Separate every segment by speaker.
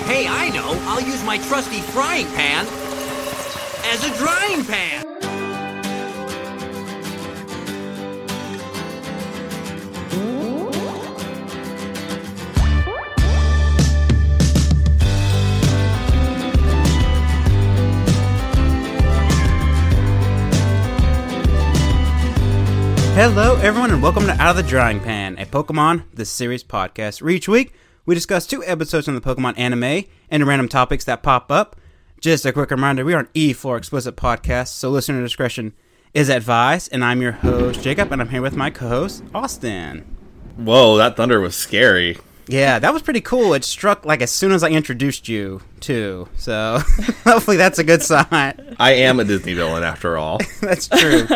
Speaker 1: Hey, I know. I'll use my trusty frying pan as a drying pan.
Speaker 2: Hello, everyone, and welcome to Out of the Drying Pan, a Pokemon the Series podcast. Where each week we discuss two episodes from the Pokemon anime and random topics that pop up. Just a quick reminder: we are an E for explicit podcast, so listener discretion is advised. And I'm your host Jacob, and I'm here with my co-host Austin.
Speaker 3: Whoa, that thunder was scary.
Speaker 2: Yeah, that was pretty cool. It struck like as soon as I introduced you too, so hopefully that's a good sign.
Speaker 3: I am a Disney villain after all.
Speaker 2: That's true.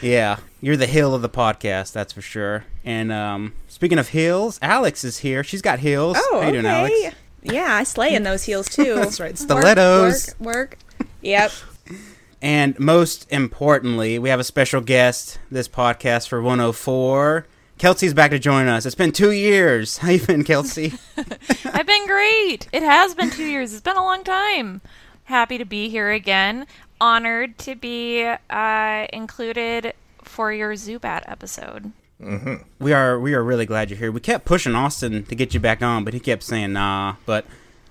Speaker 2: Yeah, you're the hill of the podcast, that's for sure. And um, speaking of hills, Alex is here. She's got heels.
Speaker 4: Oh,
Speaker 2: How you
Speaker 4: okay.
Speaker 2: doing, Alex?
Speaker 4: Yeah, I slay in those heels too.
Speaker 2: That's right, stilettos.
Speaker 4: Work, work. work. Yep.
Speaker 2: And most importantly, we have a special guest this podcast for 104. Kelsey's back to join us. It's been two years. How you been, Kelsey?
Speaker 5: I've been great. It has been two years. It's been a long time. Happy to be here again. Honored to be uh, included for your Zubat episode.
Speaker 2: we are we are really glad you're here. We kept pushing Austin to get you back on, but he kept saying nah. But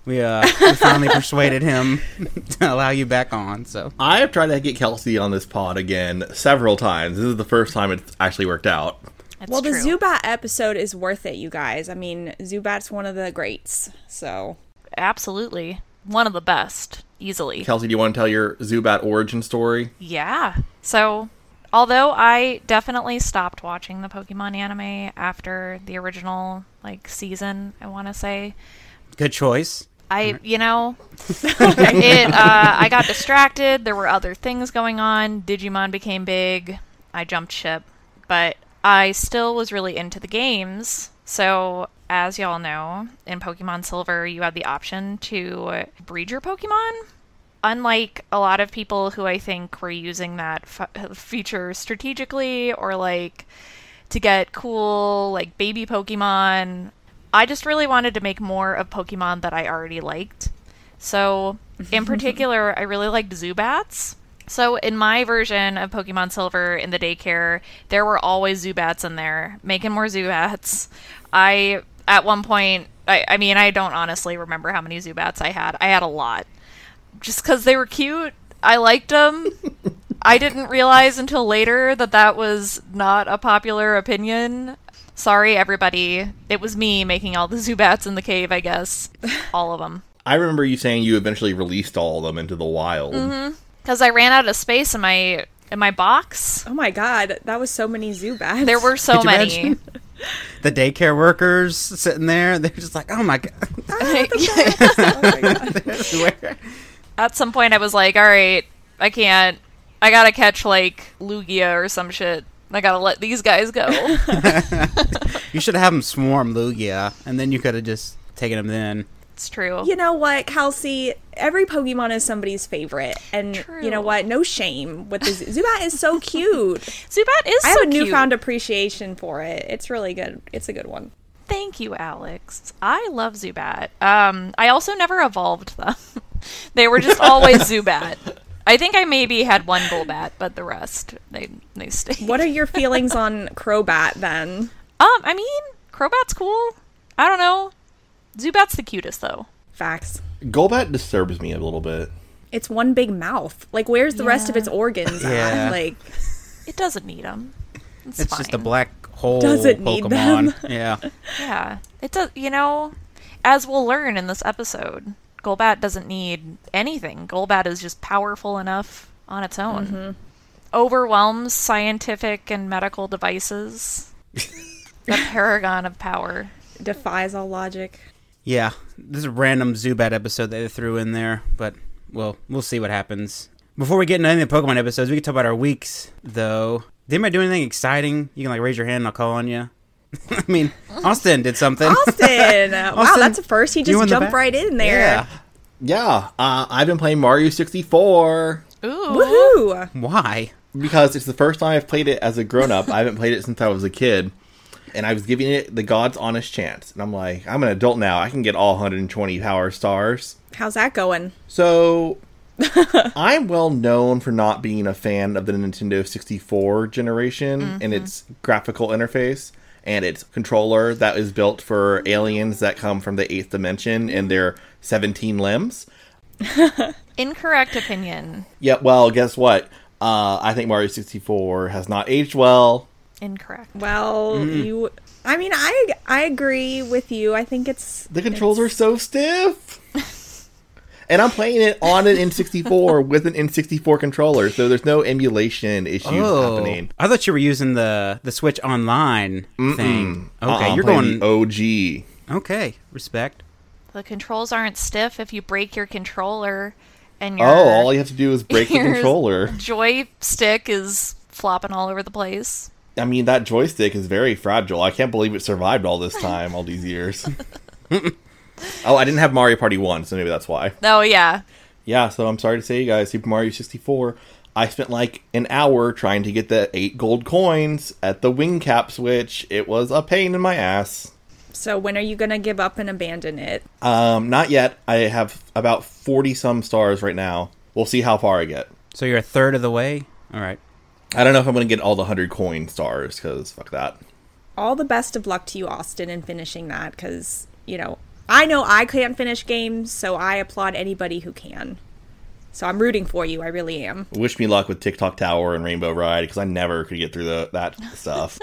Speaker 2: we uh we finally persuaded him to allow you back on. So
Speaker 3: I have tried to get Kelsey on this pod again several times. This is the first time it's actually worked out.
Speaker 5: That's
Speaker 4: Well, the
Speaker 5: true.
Speaker 4: Zubat episode is worth it, you guys. I mean, Zubat's one of the greats. So,
Speaker 5: Absolutely. One of the best, easily.
Speaker 3: Kelsey, do you want to tell your Zubat origin story?
Speaker 5: Yeah. So, although I definitely stopped watching the Pokemon anime after the original like season, I want to say,
Speaker 2: good choice.
Speaker 5: I, you know, it. Uh, I got distracted. There were other things going on. Digimon became big. I jumped ship, but I still was really into the games. So, as y'all know, in Pokemon Silver, you had the option to breed your Pokemon. Unlike a lot of people who I think were using that f- feature strategically or like to get cool like baby Pokemon. I just really wanted to make more of Pokemon that I already liked. So, in particular, I really liked Zubats. So, in my version of Pokemon Silver in the daycare, there were always Zubats in there, making more Zubats. I, at one point, I, I mean, I don't honestly remember how many Zubats I had. I had a lot. Just because they were cute, I liked them. I didn't realize until later that that was not a popular opinion. Sorry, everybody. It was me making all the Zubats in the cave, I guess. All of them.
Speaker 3: I remember you saying you eventually released all of them into the wild.
Speaker 5: Because I ran out of space in my in my box.
Speaker 4: oh my god, that was so many Zubats.
Speaker 5: There were so
Speaker 2: Could you
Speaker 5: many.
Speaker 2: imagine? The daycare workers sitting there, they're just like, "Oh my god!"
Speaker 5: Ah,
Speaker 4: Oh my God.
Speaker 2: Everywhere.
Speaker 5: At some point, I was like, "All right, I can't. I gotta catch like Lugia or some shit. I gotta let these guys go."
Speaker 2: You should have them swarm Lugia, and then you could have just taken them then.
Speaker 5: it's true.
Speaker 4: you know what, Kelsey? Every Pokemon is somebody's favorite, and you know
Speaker 5: True.
Speaker 4: what? No shame with the Z- Zubat is so cute.
Speaker 5: Zubat is
Speaker 4: I
Speaker 5: so
Speaker 4: have a
Speaker 5: cute.
Speaker 4: newfound appreciation for it. It's really good. It's a good one.
Speaker 5: Thank you, Alex. I love Zubat. Um, I also never evolved them. they were just always Zubat. I think I maybe had one Golbat, but the rest they they stayed.
Speaker 4: What are your feelings on Crobat then?
Speaker 5: Um, I mean, Crobat's cool. I don't know. Zubat's the cutest though.
Speaker 4: Facts.
Speaker 3: Golbat disturbs me a little bit.
Speaker 4: It's one big mouth. Like, where's the rest of its organs
Speaker 2: Yeah.
Speaker 4: at? Like,
Speaker 5: It doesn't need him. It's,
Speaker 2: It's
Speaker 5: fine.
Speaker 2: just a black hole
Speaker 4: Doesn't need
Speaker 2: Pokemon.
Speaker 4: them.
Speaker 2: Yeah,
Speaker 5: Yeah, it does. You know, as we'll learn in this episode, Golbat doesn't need anything. Golbat is just powerful enough on its own.
Speaker 3: Mm-hmm.
Speaker 5: Overwhelms scientific and medical devices. the paragon of power.
Speaker 4: defies all logic.
Speaker 2: yeah. This is a random Zubat episode that they threw in there, but well, we'll see what happens. Before we get into any of the Pokemon episodes, we can talk about our weeks though. Did anybody do anything exciting? You can like raise your hand, and I'll call on you. I mean, Austin did something.
Speaker 4: Austin! wow,
Speaker 2: Austin,
Speaker 4: that's a first. He
Speaker 2: you in
Speaker 4: just
Speaker 2: the
Speaker 4: jumped
Speaker 2: back?
Speaker 4: right in
Speaker 2: yeah.
Speaker 4: there.
Speaker 3: Yeah, uh, I've been playing Mario 64
Speaker 5: Ooh.
Speaker 4: Woohoo!
Speaker 2: Why?
Speaker 3: because it's the first time I've played it as a grown up. I haven't played it since I was a kid. and I was giving it the God's honest chance. And I'm like, I'm an adult now. I can get all 120 power stars.
Speaker 4: How's that going?
Speaker 3: So I'm well known for not being a fan of the Nintendo 64 generation and its graphical interface and its controller that is built for aliens that come from the eighth dimension and their 17 limbs.
Speaker 5: Incorrect opinion.
Speaker 3: Yeah, well, guess what? Uh, I think Mario 64 has not aged well.
Speaker 5: Incorrect.
Speaker 4: Well,
Speaker 2: Mm.
Speaker 4: you. I mean, I I agree with you. I think it's
Speaker 3: The controls are so stiff. and I'm playing it on an N64 with an N64 controller, so there's no emulation issues
Speaker 2: Oh,
Speaker 3: happening.
Speaker 2: I thought you were using the the Switch Online thing. Okay,
Speaker 3: Uh-uh, Oh. I'm
Speaker 2: you're
Speaker 3: playing
Speaker 2: going.
Speaker 3: the OG.
Speaker 2: Okay, respect.
Speaker 5: The controls aren't stiff if you break your controller and your
Speaker 3: Oh, all you have to do is break the
Speaker 5: Here's-
Speaker 3: controller.
Speaker 5: joystick is flopping all over the place.
Speaker 3: I mean, that joystick is very fragile. I can't believe it survived all this time, all these years. oh, I didn't have Mario Party 1, so maybe that's why.
Speaker 5: Oh yeah.
Speaker 3: Yeah, so I'm sorry to say, you guys, Super Mario 64, I spent like an hour trying to get the eight gold coins at the wing cap switch. It was a pain in my ass.
Speaker 4: so. When are you gonna give up and abandon it?
Speaker 3: Um, not yet. I have about 40 some stars right now. We'll see how far I get.
Speaker 2: So you're a third of the way. All right.
Speaker 3: I don't know if I'm going to get all the 100 coin stars because fuck that.
Speaker 4: All the best of luck to you, Austin, in finishing that. Because you know, I know I can't finish games, so I applaud anybody who can. So I'm rooting for you. I really am.
Speaker 3: Wish me luck with TikTok Tower and Rainbow Ride because I never could get through the, that stuff.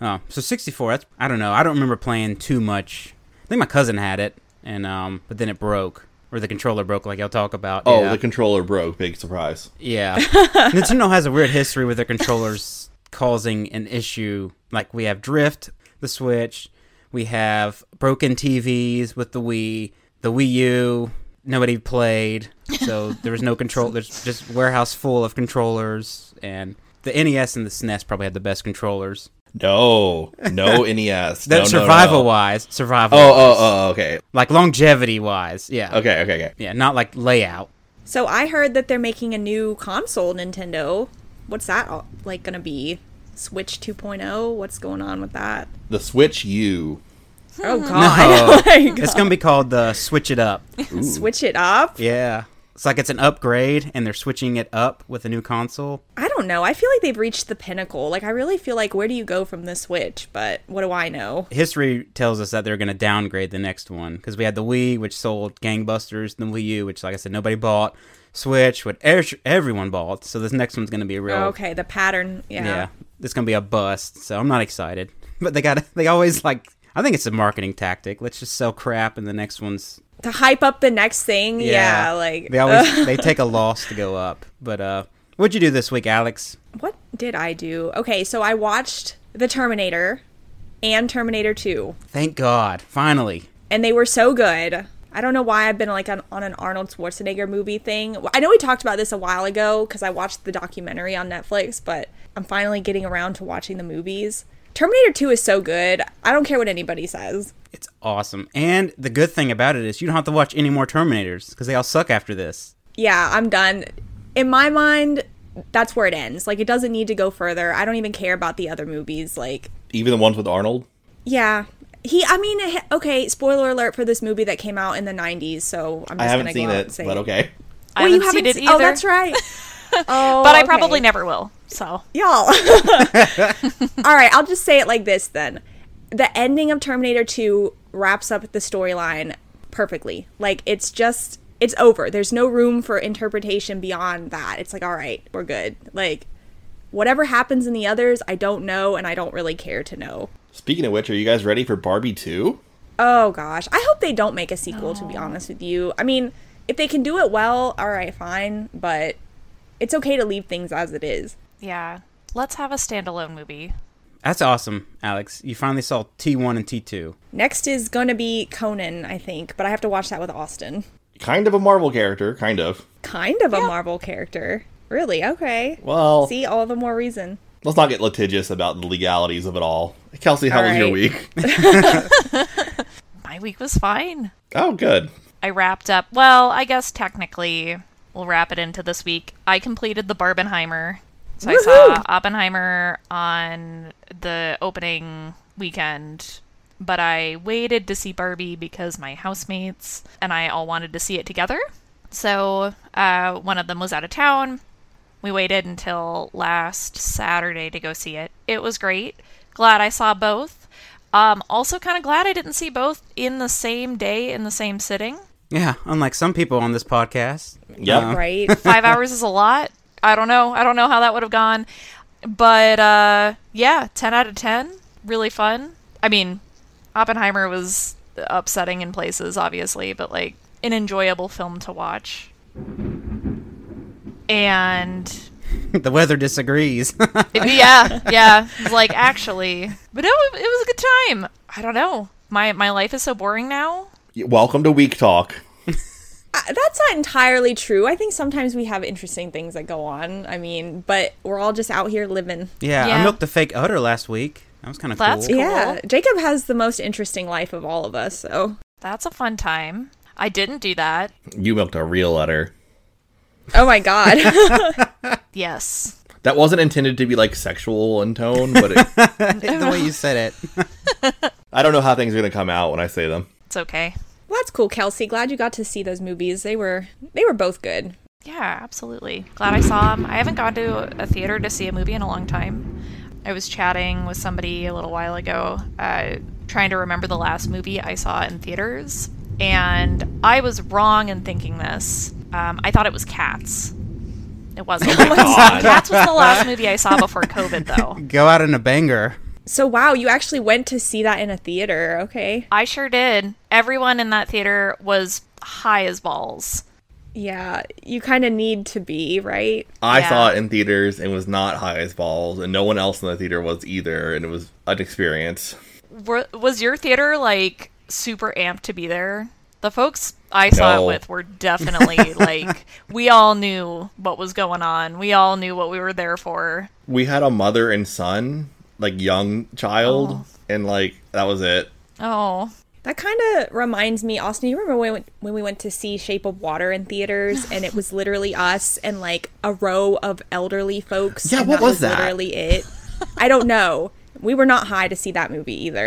Speaker 2: Oh, so 64. That's I don't know. I don't remember playing too much. I think my cousin had it, and um, but then it broke, or the controller broke, like I'll talk about.
Speaker 3: Oh,
Speaker 2: yeah.
Speaker 3: the controller broke. Big surprise.
Speaker 2: Yeah. Nintendo has a weird history with their controllers causing an issue. Like we have drift, the Switch, we have broken TVs with the Wii, the Wii U, nobody played. So there was no control there's just warehouse full of controllers and the NES and the SNES probably had the best controllers.
Speaker 3: No, no NES.
Speaker 2: That
Speaker 3: no, no, no.
Speaker 2: survival wise, survival.
Speaker 3: Oh, oh, oh, okay.
Speaker 2: Like longevity wise, yeah.
Speaker 3: Okay, okay, okay.
Speaker 2: Yeah, not like layout.
Speaker 4: So I heard that they're making a new console, Nintendo. What's that all- like going to be? Switch 2.0? What's going on with that?
Speaker 3: The Switch U.
Speaker 4: Oh
Speaker 2: Oh,
Speaker 4: god. Like,
Speaker 2: it's gonna be called the Switch It Up.
Speaker 4: switch it up?
Speaker 2: Yeah. It's like it's an upgrade and they're switching it up with a new console.
Speaker 4: I don't know. I feel like they've reached the pinnacle. Like I really feel like where do you go from the Switch? But what do I know?
Speaker 2: History tells us that they're going to downgrade the next one because we had the Wii, which sold gangbusters, the Wii U, which, like I said, nobody bought, Switch, which er- everyone bought. So this next one's going to be a real.
Speaker 4: Okay, the pattern. Yeah.
Speaker 2: Yeah. It's going to be a bust. So I'm not excited. But they got, they always like, I think it's a marketing tactic. Let's just sell crap and the next one's.
Speaker 4: To hype up the next thing. Yeah, like
Speaker 2: They always, they take a loss to go up. But, uh, what'd you do this week, Alex?
Speaker 4: what did I do? Okay, so I watched The Terminator and Terminator 2.
Speaker 2: Thank God. Finally.
Speaker 4: and they were so good. I don't know why I've been like on, on an Arnold Schwarzenegger movie thing. I know we talked about this a while ago because I watched the documentary on Netflix, but I'm finally getting around to watching the movies. Terminator 2 is so good. I don't care what anybody says.
Speaker 2: It's awesome. And the good thing about it is you don't have to watch any more Terminators because they all suck after this.
Speaker 4: Yeah, I'm done. In my mind, that's where it ends. Like, it doesn't need to go further. I don't even care about the other movies. Like,
Speaker 3: Even the ones with Arnold.
Speaker 4: yeah. He, I mean, eh, okay, spoiler alert for this movie that came out in the 90s, so I'm just
Speaker 3: I
Speaker 4: gonna
Speaker 3: haven't
Speaker 4: go
Speaker 3: seen
Speaker 4: out
Speaker 3: it,
Speaker 4: and say
Speaker 3: but okay.
Speaker 5: I
Speaker 4: Well,
Speaker 5: haven't
Speaker 4: you haven't
Speaker 5: seen it
Speaker 4: se-
Speaker 5: either.
Speaker 4: Oh, that's right. Oh,
Speaker 5: But I
Speaker 4: okay.
Speaker 5: probably never will. So
Speaker 4: y'all. All right, I'll just say it like this then. The ending of Terminator 2 wraps up the storyline perfectly. Like it's just it's over. There's no room for interpretation beyond that. It's like, all right, we're good. Like whatever happens in the others, I don't know and I don't really care to know.
Speaker 3: Speaking of which, are you guys ready for Barbie 2?
Speaker 4: Oh gosh. I hope they don't make a sequel to be honest with you. I mean, if they can do it well, all right, fine, but it's okay to leave things as it is.
Speaker 5: yeah. Let's have a standalone movie.
Speaker 2: That's awesome, Alex. You finally saw T1 and T2.
Speaker 4: Next is gonna be Conan, I think, but I have to watch that with Austin.
Speaker 3: Kind of a Marvel character, kind of.
Speaker 4: Kind of a Marvel character. Really? Okay.
Speaker 3: Well,
Speaker 4: See, all the more reason.
Speaker 3: let's not get litigious about the legalities of it all. Kelsey, how
Speaker 4: All
Speaker 3: was your
Speaker 4: right.
Speaker 3: week?
Speaker 5: My week was fine.
Speaker 3: Oh, good.
Speaker 5: I wrapped up. Well, I guess technically we'll wrap it into this week. I completed the Barbenheimer. So I saw
Speaker 4: Woohoo!
Speaker 5: Oppenheimer on the opening weekend, but I waited to see Barbie because my housemates and I all wanted to see it together. So uh, one of them was out of town. We waited until last Saturday to go see it. It was great. Glad I saw both. Um, also, kind of glad I didn't see both in the same day in the same sitting.
Speaker 2: Yeah, unlike some people on this podcast.
Speaker 3: Yep.
Speaker 4: right? Uh,
Speaker 5: Five hours is a lot. I don't know. I don't know how that would have gone. But uh, yeah, 10 out of 10. Really fun. I mean, Oppenheimer was upsetting in places, obviously, but like an enjoyable film to watch. And
Speaker 2: the weather disagrees.
Speaker 5: yeah, yeah. It's Like actually, but no, it, it was a good time. I don't know. My my life is so boring now.
Speaker 3: Y- Welcome to Week Talk.
Speaker 4: Uh, That's not entirely true. I think sometimes we have interesting things that go on. I mean, but we're all just out here living.
Speaker 2: yeah, I
Speaker 5: Yeah.
Speaker 2: milked a fake udder last week. That was kind of cool.
Speaker 5: That's
Speaker 4: Yeah, Jacob has the most interesting life of all of us. So,
Speaker 5: That's a fun time. I didn't do that.
Speaker 3: You milked a real letter.
Speaker 4: oh my god,
Speaker 5: Yes.
Speaker 3: That wasn't intended to be like sexual in tone, but it,
Speaker 2: the way you said it.
Speaker 3: I don't know how things are going to come out when I say them.
Speaker 5: It's okay.
Speaker 4: well, that's cool, Kelsey. Glad you got to see those movies. They were they were both good.
Speaker 5: Yeah, absolutely. Glad I saw him. I haven't gone to a theater to see a movie in a long time. I was chatting with somebody a little while ago, uh, trying to remember the last movie I saw in theaters, and I was wrong in thinking this. Um, I thought it was Cats. It wasn't.
Speaker 3: God.
Speaker 5: Cats was the last movie I saw before COVID, though.
Speaker 2: Go out in a banger.
Speaker 4: So wow, you actually went to see that in a theater. Okay,
Speaker 5: I sure did. Everyone in that theater was high as balls.
Speaker 4: yeah, you kind of need to be right.
Speaker 3: I
Speaker 5: Yeah.
Speaker 3: saw it in theaters and was not high as balls, and no one else in the theater was either, and it was an experience.
Speaker 5: Were, was your theater like super amped to be there? The folks I saw
Speaker 3: No.
Speaker 5: it with were definitely like we all knew what was going on. We all knew what we were there for.
Speaker 3: We had a mother and son, like young child, and like that was it.
Speaker 5: Oh,
Speaker 4: That kind of reminds me, Austin. You remember when we, when we went to see Shape of Water in theaters, and it was literally us and like a row of elderly folks.
Speaker 3: Yeah,
Speaker 4: and
Speaker 3: what was that?
Speaker 4: Literally, it. I don't know. We were not high to see that movie either,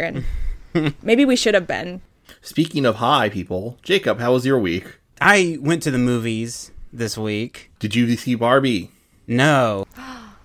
Speaker 4: and maybe we should have been.
Speaker 3: Speaking of high people, Jacob, how was your week?
Speaker 2: I went to the movies this week.
Speaker 3: Did you see Barbie?
Speaker 2: No,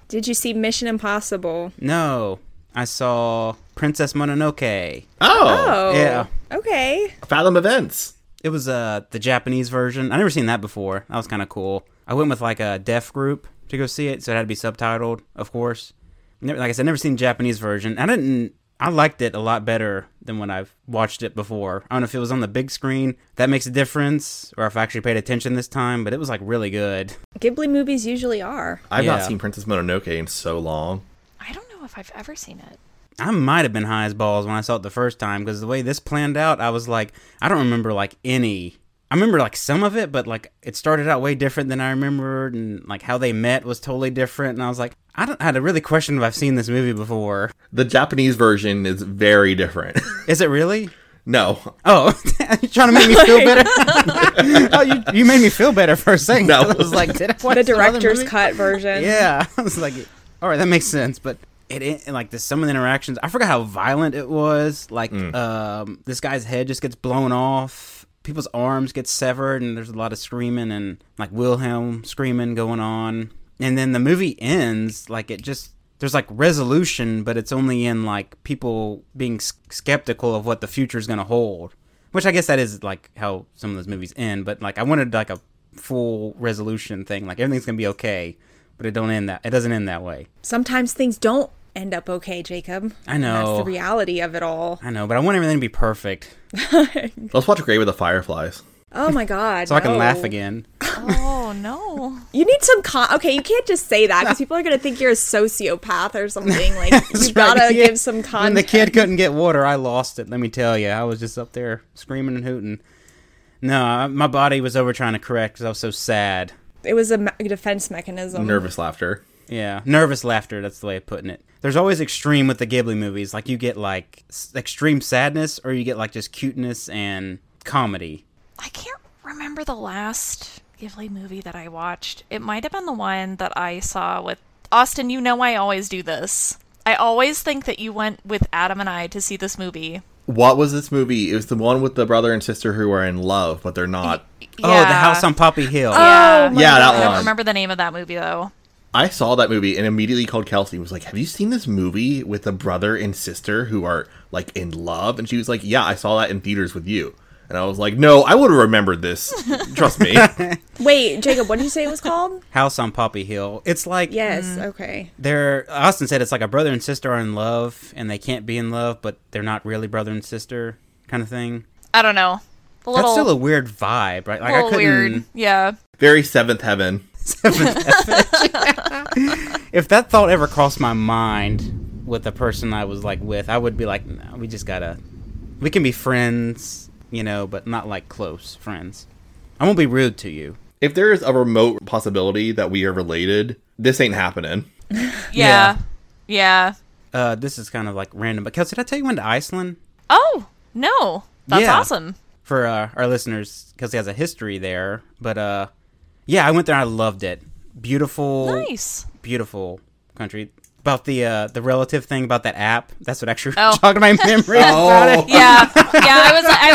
Speaker 4: Did you see Mission Impossible?
Speaker 2: no. I saw Princess Mononoke.
Speaker 3: Oh,
Speaker 4: Oh,
Speaker 2: yeah.
Speaker 4: Okay.
Speaker 3: Fathom Events.
Speaker 2: It was uh the Japanese version. I never seen that before. That was kind of cool. I went with like a deaf group to go see it, so it had to be subtitled, of course. Never, like I said, never seen Japanese version. I didn't. I liked it a lot better than when I've watched it before. I don't know if it was on the big screen that makes a difference, or if I actually paid attention this time. But it was like really good.
Speaker 4: Ghibli movies usually are.
Speaker 3: I've
Speaker 2: Yeah.
Speaker 3: not seen Princess Mononoke in so long.
Speaker 5: I don't know if I've ever seen it.
Speaker 2: I might have been high as balls when I saw it the first time because the way this planned out, I was like, I don't remember like any. I remember like some of it, but like it started out way different than I remembered, and like how they met was totally different. And I was like, I don't I had to really question if I've seen this movie before.
Speaker 3: The Japanese version is very different.
Speaker 2: Is it really?
Speaker 3: no,
Speaker 2: Oh, you trying to make me feel better? oh, you, you made me feel better for a second.
Speaker 3: No.
Speaker 2: I was like, did I watch
Speaker 4: The
Speaker 2: some other
Speaker 4: director's
Speaker 2: movie?
Speaker 4: cut version.
Speaker 2: Yeah, I was like, all right, that makes sense. But it, it like the, some of the interactions, I forgot how violent it was. Like, um, this guy's head just gets blown off, people's arms get severed, and there's a lot of screaming and like Wilhelm screaming going on. And then the movie ends like it just there's like resolution, but it's only in like people being s- skeptical of what the future's gonna hold. Which I guess that is like how some of those movies end, but like I wanted like a full resolution thing, like everything's gonna be okay, but it don't end that it doesn't end that way.
Speaker 4: Sometimes things don't end up okay, Jacob.
Speaker 2: I know.
Speaker 4: That's the reality of it all.
Speaker 2: I know, but I want everything to be perfect
Speaker 3: let's watch Grave with the Fireflies.
Speaker 4: Oh my god.
Speaker 2: so I can laugh
Speaker 4: no.
Speaker 2: again.
Speaker 5: Oh no.
Speaker 4: You need some con. Okay, you can't just say that because people are gonna think you're a sociopath or something. Like you gotta
Speaker 2: Yeah.
Speaker 4: give some
Speaker 2: When
Speaker 4: con.
Speaker 2: the kid couldn't get water, I lost it. Let me tell you, I was just up there screaming and hooting. No, I- my body was over trying to correct because I was so sad.
Speaker 4: it was a me- defense mechanism.
Speaker 3: Nervous laughter.
Speaker 2: Yeah, nervous laughter. That's the way of putting it. There's always extreme with the Ghibli movies. Like you get like s- extreme sadness, or you get like just cuteness and comedy.
Speaker 5: I can't remember the last Ghibli movie that I watched. It might have been the one that I saw with Austin. You know, I always do this. I always think that you went with Adam and I to see this movie.
Speaker 3: What was this movie? It was the one with the brother and sister who are in love, but they're not.
Speaker 2: Oh, the house on Poppy Hill.
Speaker 5: Yeah,
Speaker 4: Oh my
Speaker 3: Yeah, that
Speaker 5: I
Speaker 3: one.
Speaker 5: don't remember the name of that movie though.
Speaker 3: I saw that movie and immediately called Kelsey and was like, Have you seen this movie with the brother and sister who are like in love? And she was like, Yeah, I saw that in theaters with you. And I was like, No, I would have remembered this. Trust me.
Speaker 4: Wait, Jacob, what did you say it was called?
Speaker 2: House on Poppy Hill. It's like
Speaker 4: Yes. Okay.
Speaker 2: they're Austin said it's like a brother and sister are in love and they can't be in love, but they're not really brother and sister kind of thing.
Speaker 5: I don't know. A
Speaker 2: That's
Speaker 5: little,
Speaker 2: still a weird vibe, right? Like
Speaker 5: little weird. Yeah.
Speaker 3: Very seventh heaven.
Speaker 2: if that thought ever crossed my mind with the person I was like with, I would be like, no, we just gotta, we can be friends, you know, but not like close friends. I won't be rude to you.
Speaker 3: If there is a remote possibility that we are related, this ain't happening.
Speaker 5: yeah, yeah,
Speaker 2: Uh, this is kind of like random, but Kelsey, did I tell you when to Iceland?
Speaker 5: Oh no, that's
Speaker 2: Yeah.
Speaker 5: awesome.
Speaker 2: for uh, our listeners because he has a history there. But uh, yeah, I went there. and I loved it. Beautiful,
Speaker 5: Nice.
Speaker 2: beautiful country. About the uh, the relative thing about that app. That's what actually
Speaker 5: Oh.
Speaker 2: jogged my memory.
Speaker 3: Oh.
Speaker 5: Yeah, yeah. I was, I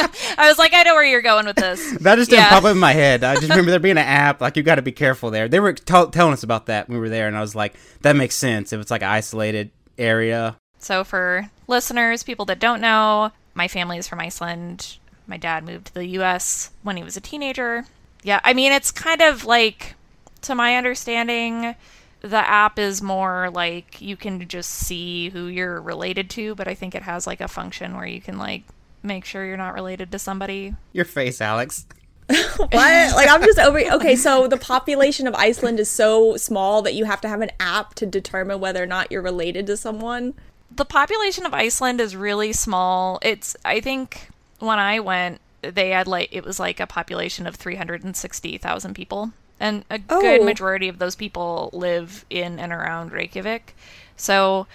Speaker 5: was, I was like, I know where you're going with this.
Speaker 2: That just didn't
Speaker 5: Yeah.
Speaker 2: pop up in my head. I just remember there being an app. Like you got to be careful there. They were t- telling us about that when we were there, and I was like, that makes sense. If it's like an isolated area,
Speaker 5: So, for listeners, people that don't know, my family is from Iceland. My dad moved to the US when he was a teenager. Yeah, I mean, it's kind of like, to my understanding, the app is more like you can just see who you're related to, but I think it has like a function where you can like make sure you're not related to somebody.
Speaker 2: your face, Alex.
Speaker 4: What? Like I'm just over. Okay, so the population of Iceland is so small that you have to have an app to determine whether or not you're related to someone.
Speaker 5: the population of Iceland is really small. It's I think when I went, they had like it was like a population of 360,000 people. And a good
Speaker 4: Oh.
Speaker 5: majority of those people live in and around Reykjavik. So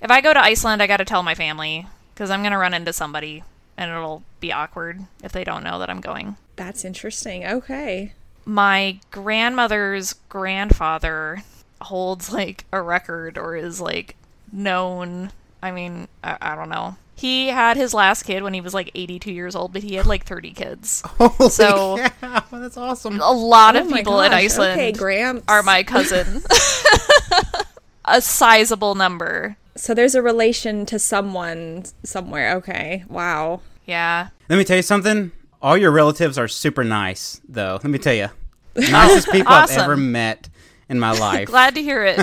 Speaker 5: if I go to Iceland, I got to tell my family cuz I'm going to run into somebody and it'll be awkward if they don't know that I'm going
Speaker 4: That's interesting. Okay.
Speaker 5: my grandmother's grandfather holds like a record or is like known. I mean, I, I don't know. He had his last kid when he was like 82 years old, but he had like 30 kids. so
Speaker 2: cow, that's awesome.
Speaker 5: a lot of
Speaker 4: Oh my
Speaker 5: people in
Speaker 4: gosh,
Speaker 5: Iceland
Speaker 4: Okay, Graham.
Speaker 5: are my cousin. a sizable number.
Speaker 4: so there's a relation to someone somewhere. Okay. Wow.
Speaker 5: Yeah.
Speaker 2: Let me tell you something. All your relatives are super nice, though. Let me tell you, nicest people I've
Speaker 5: Awesome.
Speaker 2: ever met in my life.
Speaker 5: Glad to hear it.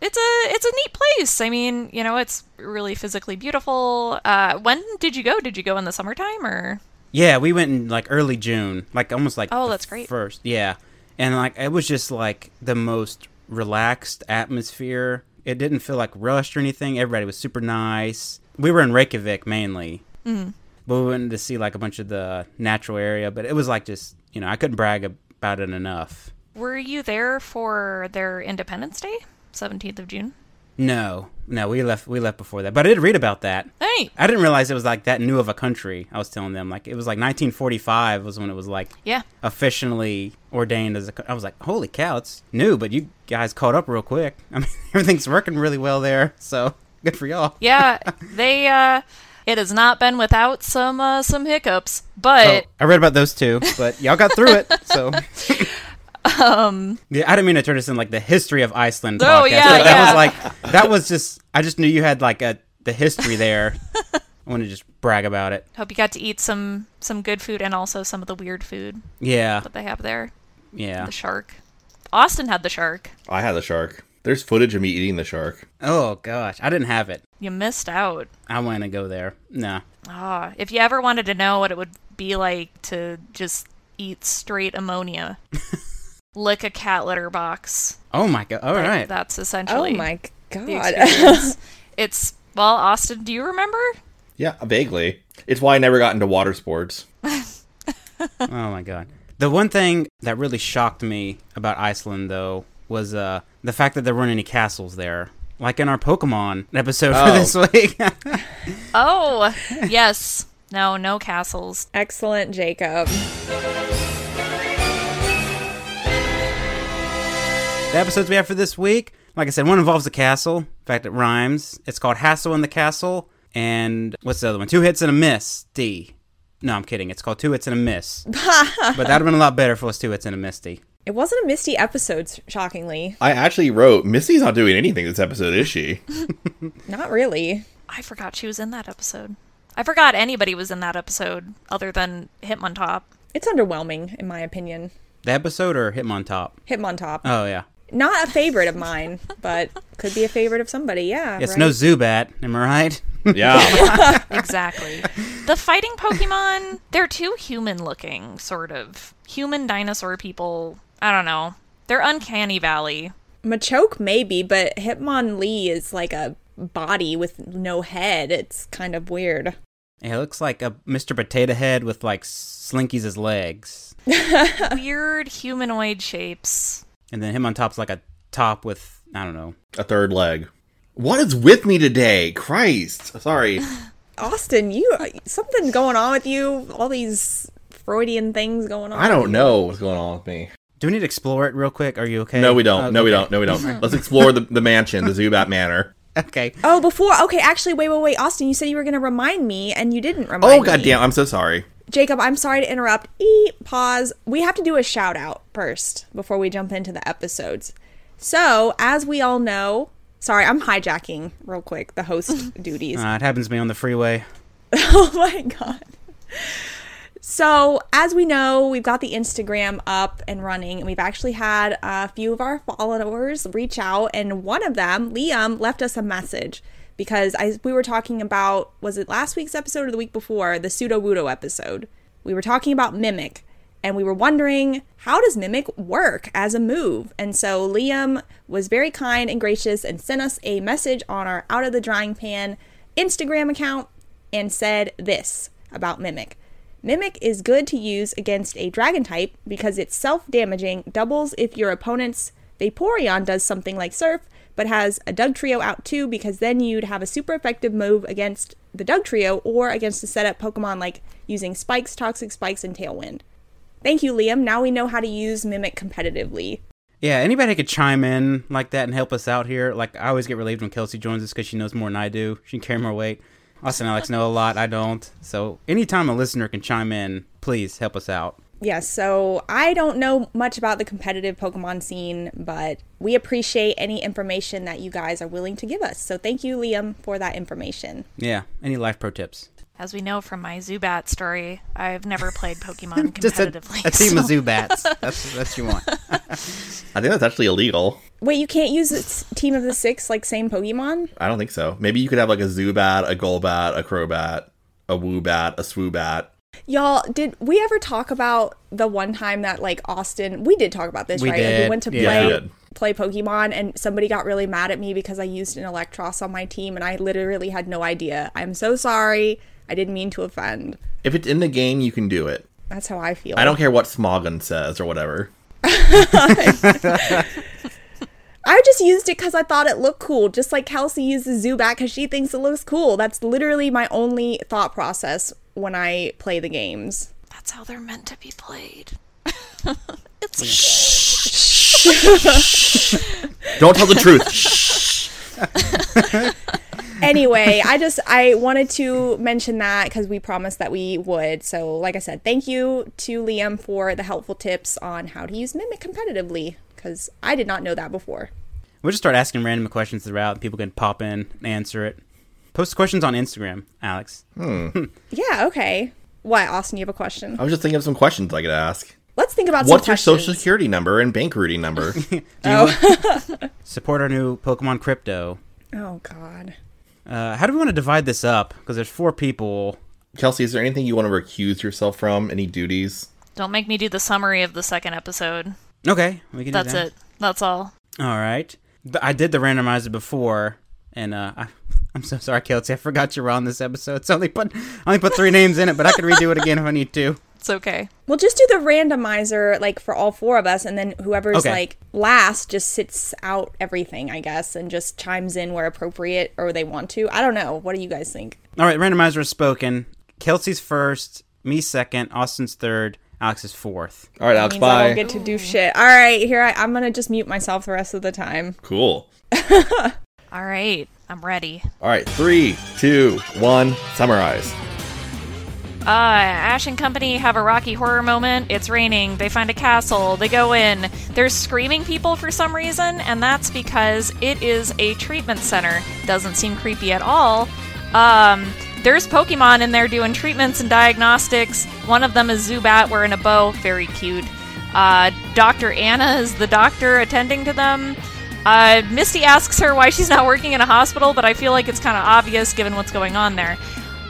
Speaker 5: It's a it's a neat place. I mean, you know, it's really physically beautiful. Uh, when did you go? Did you go in the summertime or?
Speaker 2: yeah, we went in like early June, like almost like
Speaker 5: Oh,
Speaker 2: the
Speaker 5: that's great.
Speaker 2: First, yeah, and like it was just like the most relaxed atmosphere. It didn't feel like rushed or anything. Everybody was super nice. We were in Reykjavik mainly,
Speaker 5: Mm-hmm.
Speaker 2: but we went to see like a bunch of the natural area. But it was like just you know I couldn't brag about it enough.
Speaker 5: Were you there for their Independence Day, seventeenth of June?
Speaker 2: No, no, we left we left before that, but I did read about that.
Speaker 5: Hey,
Speaker 2: I didn't realize it was like that new of a country. I was telling them like it was like 1945 was when it was like
Speaker 5: yeah,
Speaker 2: officially ordained as a. co- I was like, holy cow, it's new, but you guys caught up real quick. I mean, everything's working really well there, so good for y'all.
Speaker 5: yeah. they uh, it has not been without some uh, some hiccups,
Speaker 2: So,
Speaker 5: but
Speaker 2: Oh, I read about those two, but y'all got through it. So, um, yeah, I didn't mean to turn this in like the history of Iceland.
Speaker 5: Oh,
Speaker 2: podcast,
Speaker 5: yeah,
Speaker 2: but that
Speaker 5: yeah.
Speaker 2: was like that was just. I just knew you had like a the history there. I want to just brag about it.
Speaker 5: hope you got to eat some some good food and also some of the weird food
Speaker 2: Yeah,
Speaker 5: that they have there.
Speaker 2: yeah.
Speaker 5: The shark. Austin had the shark.
Speaker 3: I had the shark. There's footage of me eating the shark.
Speaker 2: Oh gosh, I didn't have it.
Speaker 5: You missed out.
Speaker 2: I want to go there. Nah.
Speaker 5: Ah, if you ever wanted to know what it would be like to just eat straight ammonia, lick a cat litter box.
Speaker 2: Oh my god. All
Speaker 5: Like,
Speaker 2: right.
Speaker 5: that's
Speaker 4: Oh
Speaker 5: essentially.
Speaker 4: my
Speaker 5: the
Speaker 4: god.
Speaker 5: experience. it's well, Austin, do you remember?
Speaker 3: Yeah, vaguely. It's why I never got into water sports.
Speaker 2: Oh my god. The one thing that really shocked me about Iceland though was uh the fact that there weren't any castles there. Like in our Pokemon episode for
Speaker 3: Oh.
Speaker 2: this week.
Speaker 5: Oh, yes. No, no castles.
Speaker 4: Excellent, Jacob.
Speaker 2: the episodes we have for this week. Like I said, one involves a castle. In fact, it rhymes. It's called Hassle in the Castle. And what's the other one? Two Hits and a Miss. D. No, I'm kidding. It's called Two Hits and a Miss. but that'd have been a lot better if it was Two Hits and a Miss D.
Speaker 4: It wasn't a Misty episode, shockingly.
Speaker 3: I actually wrote Missy's not doing anything this episode, is she?
Speaker 4: Not really.
Speaker 5: I forgot she was in that episode. I forgot anybody was in that episode other than Hitmontop.
Speaker 4: It's underwhelming, in my opinion.
Speaker 2: The episode or Hitmontop?
Speaker 4: Hitmontop.
Speaker 2: Oh, yeah.
Speaker 4: Not a favorite of mine, but could be a favorite of somebody. Yeah.
Speaker 2: It's
Speaker 4: right?
Speaker 2: no Zubat, am I right?
Speaker 3: Yeah.
Speaker 5: Exactly. the fighting Pokemon, they're too human looking, sort of. Human dinosaur people. I don't know. They're uncanny valley.
Speaker 4: Machoke maybe, but Hitmonlee is like a body with no head. It's kind of weird.
Speaker 2: it looks like a Mr. Potato Head with like Slinkies as legs.
Speaker 5: Weird humanoid shapes.
Speaker 2: And then him on top's like a top with, I don't know.
Speaker 3: a third leg. What is with me today? Christ. Sorry.
Speaker 4: Austin, you uh, something going on with you? All these Freudian things going on.
Speaker 3: I don't know what's going on with me.
Speaker 2: Do we need to explore it real quick? Are you okay?
Speaker 3: No, we don't.
Speaker 2: Oh,
Speaker 3: no, we
Speaker 2: okay.
Speaker 3: don't. No, we don't. Let's explore the, the mansion, the Zubat Manor.
Speaker 2: Okay.
Speaker 4: Oh, before okay, actually, wait, wait, wait, Austin, you said you were going to remind me, and you didn't remind me.
Speaker 3: Oh, goddamn. I'm so sorry.
Speaker 4: Jacob, I'm sorry to interrupt. Eep, pause. We have to do a shout out first before we jump into the episodes. So, as we all know, sorry, I'm hijacking real quick the host duties.
Speaker 2: Uh, it happens to me on the freeway.
Speaker 4: Oh my god. So, as we know, we've got the Instagram up and running, and we've actually had a few of our followers reach out, and one of them, Liam, left us a message because I we were talking about was it last week's episode or the week before the pseudo wudo episode. We were talking about mimic, and we were wondering how does mimic work as a move. And so Liam was very kind and gracious and sent us a message on our out of the drying pan Instagram account and said this about Mimic. Mimic is good to use against a dragon type because it's self damaging, doubles if your opponent's Vaporeon does something like Surf, but has a Dug Trio out too because then you'd have a super effective move against the Dug Trio or against a setup Pokemon like using Spikes, Toxic Spikes, and Tailwind. Thank you, Liam. Now we know how to use Mimic competitively.
Speaker 2: Yeah, anybody could chime in like that and help us out here. Like, I always get relieved when Kelsey joins us because she knows more than I do. She can carry more weight. Austin and Alex know a lot. I don't. So, anytime a listener can chime in, please help us out.
Speaker 4: Yes, so I don't know much about the competitive Pokemon scene, but we appreciate any information that you guys are willing to give us. So thank you, Liam, for that information.
Speaker 2: Yeah, any life pro tips?
Speaker 5: As we know from my Zubat story, I've never played Pokemon
Speaker 2: Just a,
Speaker 5: competitively.
Speaker 2: a team of
Speaker 5: so-
Speaker 2: Zubats. That's, that's what you want.
Speaker 3: I think that's actually illegal.
Speaker 4: Wait, you can't use this Team of the Six like same Pokemon?
Speaker 3: I don't think so. Maybe you could have like a Zubat, a Golbat, a Crobat, a Woobat, a Swoobat.
Speaker 4: Y'all, did we ever talk about the one time that like Austin? We did talk about this,
Speaker 2: We
Speaker 4: right? Like,
Speaker 2: did.
Speaker 4: we went to
Speaker 2: Yeah.
Speaker 3: We
Speaker 4: play
Speaker 3: did.
Speaker 4: play Pokemon, and somebody got really mad at me because I used an Electros on my team, and I literally had no idea. I'm so sorry. I didn't mean to offend.
Speaker 3: If it's in the game, you can do it.
Speaker 4: That's how I feel.
Speaker 3: I don't care what Smogon says or whatever.
Speaker 4: I just used it because I thought it looked cool, just like Kelsey uses Zubat because she thinks it looks cool. That's literally my only thought process when I play the games.
Speaker 5: That's how they're meant to be played.
Speaker 3: Don't tell the truth. Shh.
Speaker 4: Anyway, I just I wanted to mention that because we promised that we would. So, like I said, thank you to Liam for the helpful tips on how to use Mimic competitively because I did not know that before.
Speaker 2: We'll just start asking random questions throughout, and people can pop in and answer it. Post questions on Instagram, Alex.
Speaker 4: Yeah. Okay. Why, Austin? You have a question?
Speaker 3: I was just thinking of some questions I could ask.
Speaker 4: Let's think about
Speaker 3: Uh, What's
Speaker 4: some
Speaker 3: your social
Speaker 4: questions.
Speaker 3: security number and bank routing number?
Speaker 2: Support our new Pokemon Crypto.
Speaker 4: Oh God.
Speaker 2: Uh, how do we want to divide this up? Because there's four people.
Speaker 3: Kelsey, is there anything you want to recuse yourself from? Any duties?
Speaker 5: Don't make me do the summary of the second episode.
Speaker 2: Okay, we can.
Speaker 5: That's
Speaker 2: do that.
Speaker 5: it. That's all.
Speaker 2: All right. Th- I did the randomizer before, and uh, I, I'm so sorry, Kelsey. I forgot you were on this episode. It's only put I only put three names in it, but I could redo it again if I need to.
Speaker 5: It's okay.
Speaker 4: We'll just do the randomizer like for all four of us, and then whoever's
Speaker 2: Okay.
Speaker 4: like last just sits out everything, I guess, and just chimes in where appropriate or they want to. I don't know. What do you guys think?
Speaker 2: All right, randomizer is spoken. Kelsey's first, me second, Austin's third, Alex is fourth.
Speaker 3: All right, Alex.
Speaker 4: Means I
Speaker 3: Bye.
Speaker 4: don't get to do shit. All right, here I, I'm gonna just mute myself the rest of the time.
Speaker 3: cool.
Speaker 5: All right, I'm ready.
Speaker 3: All right. Three, two, one. Summarize.
Speaker 5: Uh, Ash and company have a rocky horror moment. It's raining. They find a castle. They go in. There's screaming people for some reason, and that's because it is a treatment center. Doesn't seem creepy at all. Um, there's Pokemon in there doing treatments and diagnostics. One of them is Zubat wearing a bow. Very cute. Uh, Dr. Anna is the doctor attending to them. Uh, Misty asks her why she's not working in a hospital, but I feel like it's kind of obvious given what's going on there.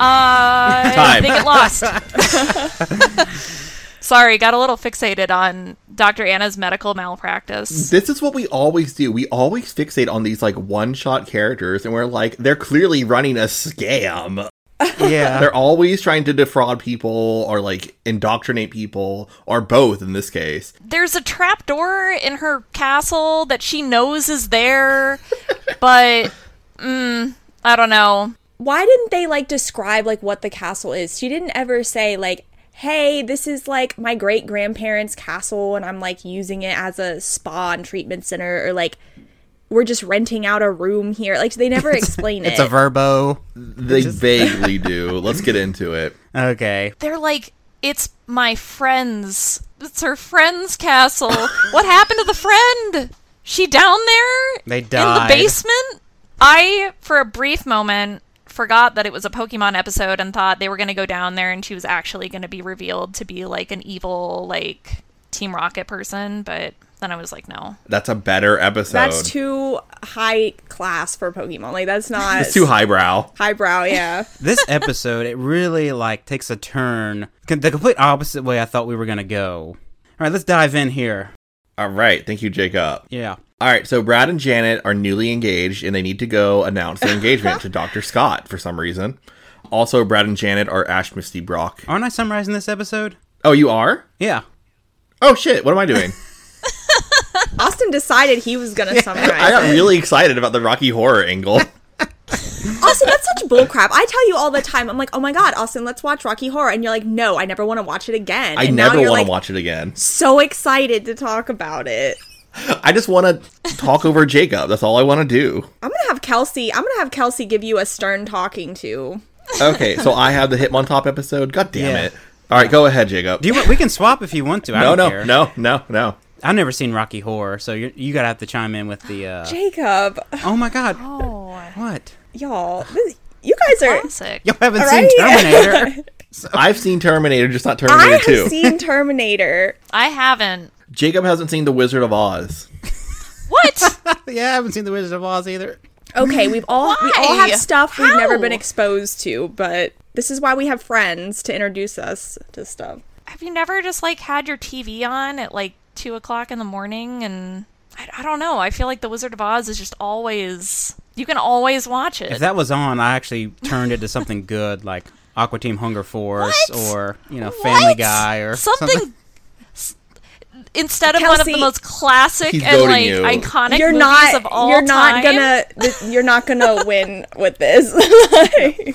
Speaker 5: Uh,
Speaker 3: Time.
Speaker 5: They get lost. Sorry, got a little fixated on Dr. Anna's medical malpractice.
Speaker 3: This is what we always do. We always fixate on these like one-shot characters, and we're like, they're clearly running a scam.
Speaker 2: Yeah.
Speaker 3: They're always trying to defraud people or like indoctrinate people or both in this case.
Speaker 5: There's a trap door in her castle that she knows is there, but mm, I don't know.
Speaker 4: Why didn't they like describe like what the castle is? She didn't ever say like, "Hey, this is like my great grandparents' castle, and I'm like using it as a spa and treatment center," or like, "We're just renting out a room here." Like they never explain
Speaker 2: It's
Speaker 4: it.
Speaker 2: a verbo.
Speaker 3: They vaguely do. Let's get into it.
Speaker 2: Okay.
Speaker 5: They're like, it's my friend's. It's her friend's castle. what happened to the friend? She down there?
Speaker 2: They
Speaker 5: In
Speaker 2: died.
Speaker 5: the basement? I, for a brief moment, forgot that it was a Pokemon episode and thought they were going to go down there and she was actually going to be revealed to be like an evil, like, Team Rocket person, but then I was like, no.
Speaker 3: That's a better episode.
Speaker 4: that's too high class for Pokemon. Like that's not.
Speaker 3: It's too highbrow.
Speaker 4: highbrow. Yeah.
Speaker 2: This episode, it really like takes a turn c- the complete opposite way I thought we were gonna go. All right, let's dive in here.
Speaker 3: All right. Thank you, Jacob.
Speaker 2: Yeah.
Speaker 3: All right. So Brad and Janet are newly engaged and they need to go announce their engagement to Dr. Scott for some reason. Also, Brad and Janet are Ash Misty Brock.
Speaker 2: Aren't I summarizing this episode?
Speaker 3: Oh, you are?
Speaker 2: Yeah.
Speaker 3: Oh, shit. What am I doing?
Speaker 4: Austin decided he was gonna summarize.
Speaker 3: I got
Speaker 4: it.
Speaker 3: really excited about the Rocky Horror angle.
Speaker 4: Austin, that's such bullcrap. I tell you all the time. I'm like, oh my god, Austin, let's watch Rocky Horror, and you're like, no, I never want to watch it again.
Speaker 3: I
Speaker 4: and
Speaker 3: never
Speaker 4: now
Speaker 3: want
Speaker 4: you're
Speaker 3: to
Speaker 4: like,
Speaker 3: watch it again.
Speaker 4: So excited to talk about it.
Speaker 3: I just want to talk over Jacob. That's all I want to do.
Speaker 4: I'm gonna have Kelsey. I'm gonna have Kelsey give you a stern talking to.
Speaker 3: Okay, so I have the Hitmontop episode. God damn
Speaker 2: Yeah.
Speaker 3: it! All right, go ahead, Jacob.
Speaker 2: Do you want? We can swap if you want to. I
Speaker 3: no,
Speaker 2: don't
Speaker 3: no,
Speaker 2: care.
Speaker 3: no, no, no.
Speaker 2: I've never seen Rocky Horror, so you you gotta have to chime in with the. uh
Speaker 4: Jacob,
Speaker 2: Oh my God!
Speaker 5: Oh,
Speaker 2: What?
Speaker 4: y'all, this, you guys are.
Speaker 5: classic.
Speaker 2: You haven't
Speaker 4: Right?
Speaker 2: seen Terminator.
Speaker 3: I've seen Terminator, just not
Speaker 4: I
Speaker 3: Terminator Two.
Speaker 4: have seen Terminator.
Speaker 5: I haven't.
Speaker 3: Jacob hasn't seen The Wizard of Oz.
Speaker 5: What?
Speaker 2: yeah, I haven't seen The Wizard of Oz either.
Speaker 4: Okay, we've all we all have
Speaker 5: Why?
Speaker 4: stuff we've never been
Speaker 5: How?
Speaker 4: exposed to, but this is why we have friends to introduce us to stuff.
Speaker 5: Have you never just, like, had your TV on at, like, 2 o'clock in the morning and. I, I don't know. I feel like The Wizard of Oz is just always. You can always watch it.
Speaker 2: If that was on, I actually turned it to something good like Aqua Team Hunger Force or you know Family
Speaker 5: What?
Speaker 2: Guy or
Speaker 5: something. s- Instead of one of the
Speaker 4: Kelsey,
Speaker 5: most classic
Speaker 3: he's
Speaker 5: and
Speaker 3: voting
Speaker 5: like
Speaker 3: you.
Speaker 5: iconic
Speaker 4: you're
Speaker 5: movies
Speaker 4: not
Speaker 5: of all
Speaker 4: you're not
Speaker 5: time,
Speaker 4: gonna th- you're not gonna win with this Like,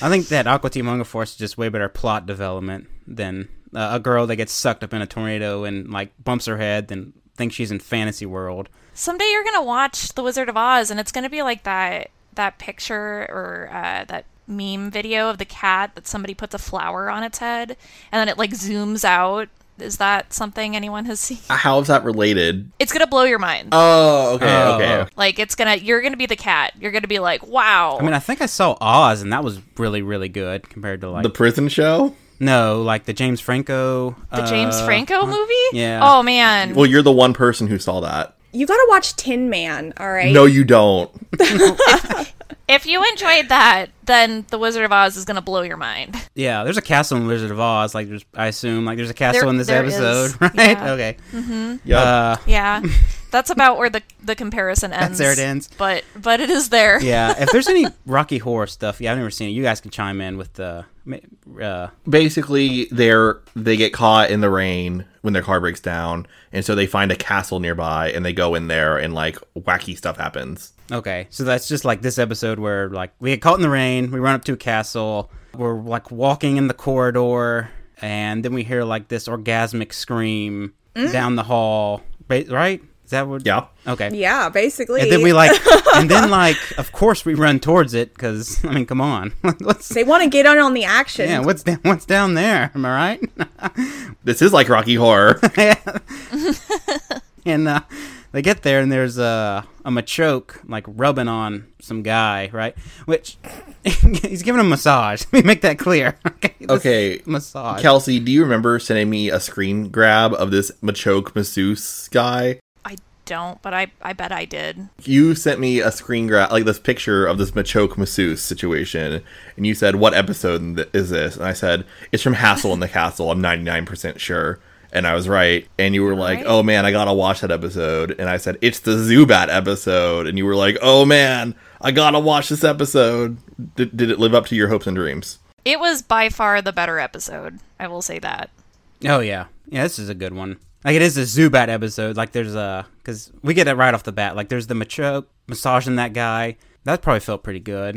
Speaker 2: I think that Aqua Team Hunger Force is just way better plot development than uh, a girl that gets sucked up in a tornado and like bumps her head and thinks she's in fantasy world.
Speaker 5: someday you're gonna watch The Wizard of Oz, and it's gonna be like that that picture or uh, that meme video of the cat that somebody puts a flower on its head, and then it like zooms out. Is that something anyone has seen?
Speaker 3: How is that related?
Speaker 5: It's gonna blow your mind.
Speaker 3: Oh, okay,
Speaker 2: Oh,
Speaker 3: okay.
Speaker 2: oh.
Speaker 5: like it's gonna you're gonna be the cat. You're gonna be like, wow.
Speaker 2: I mean, I think I saw Oz and that was really really good compared to like
Speaker 3: The prison show.
Speaker 2: no like the James Franco
Speaker 5: the James Franco movie?
Speaker 2: uh, yeah.
Speaker 5: Oh man.
Speaker 3: Well, you're the one person who saw that.
Speaker 4: you gotta watch tin man all right
Speaker 3: No, you don't.
Speaker 5: If you enjoyed that, then The Wizard of Oz is going to blow your mind.
Speaker 2: Yeah, there's a castle in Wizard of Oz. Like, there's, I assume, like, there's a castle
Speaker 5: There-
Speaker 2: in this
Speaker 5: there is,
Speaker 2: episode, right?
Speaker 5: yeah.
Speaker 2: Okay.
Speaker 3: Yeah.
Speaker 2: Uh,
Speaker 5: Yeah. That's about where the the comparison ends.
Speaker 2: where it ends.
Speaker 5: But but it is there.
Speaker 2: yeah. If there's any Rocky Horror stuff, yeah, I've never seen it. You guys can chime in with the. Uh,
Speaker 3: basically they're they get caught in the rain when their car breaks down and so they find a castle nearby and they go in there and like wacky stuff happens
Speaker 2: okay, so that's just like this episode where like we get caught in the rain, we run up to a castle, we're like walking in the corridor. and then we hear like this orgasmic scream
Speaker 5: Mm.
Speaker 2: down the hall. Ba- Right? Is that what?
Speaker 3: Yeah.
Speaker 2: Okay.
Speaker 4: Yeah, basically.
Speaker 2: And then we like, and then like, of course we run towards it because I mean, come on, what's
Speaker 4: they want to get in on the action.
Speaker 2: yeah, what's down, what's down there? Am I right?
Speaker 3: This is like Rocky Horror.
Speaker 2: and uh, they get there and there's a a machoke like rubbing on some guy, right? Which he's giving him a massage. Let me make that clear. Okay. this
Speaker 3: Okay,
Speaker 2: Massage.
Speaker 3: Kelsey, do you remember sending me a screen grab of this Machoke masseuse guy?
Speaker 5: I don't, but I, I bet I did.
Speaker 3: You sent me a screen grab, like this picture of this Machoke masseuse situation, and you said, "What episode th- is this?" And I said, "It's from Hassel in the Castle." I'm 99 percent sure, and I was right. And you were like,
Speaker 5: Right.
Speaker 3: "Oh man, I gotta watch that episode." And I said, "It's the Zubat episode," and you were like, "Oh man, I gotta watch this episode." Did, did it live up to your hopes and dreams?
Speaker 5: It was by far the better episode. I will say that.
Speaker 2: Oh yeah, yeah. This is a good one. Like it is a Zubat episode. Like there's a because we get it right off the bat. Like there's the machoke massaging that guy. That probably felt pretty good.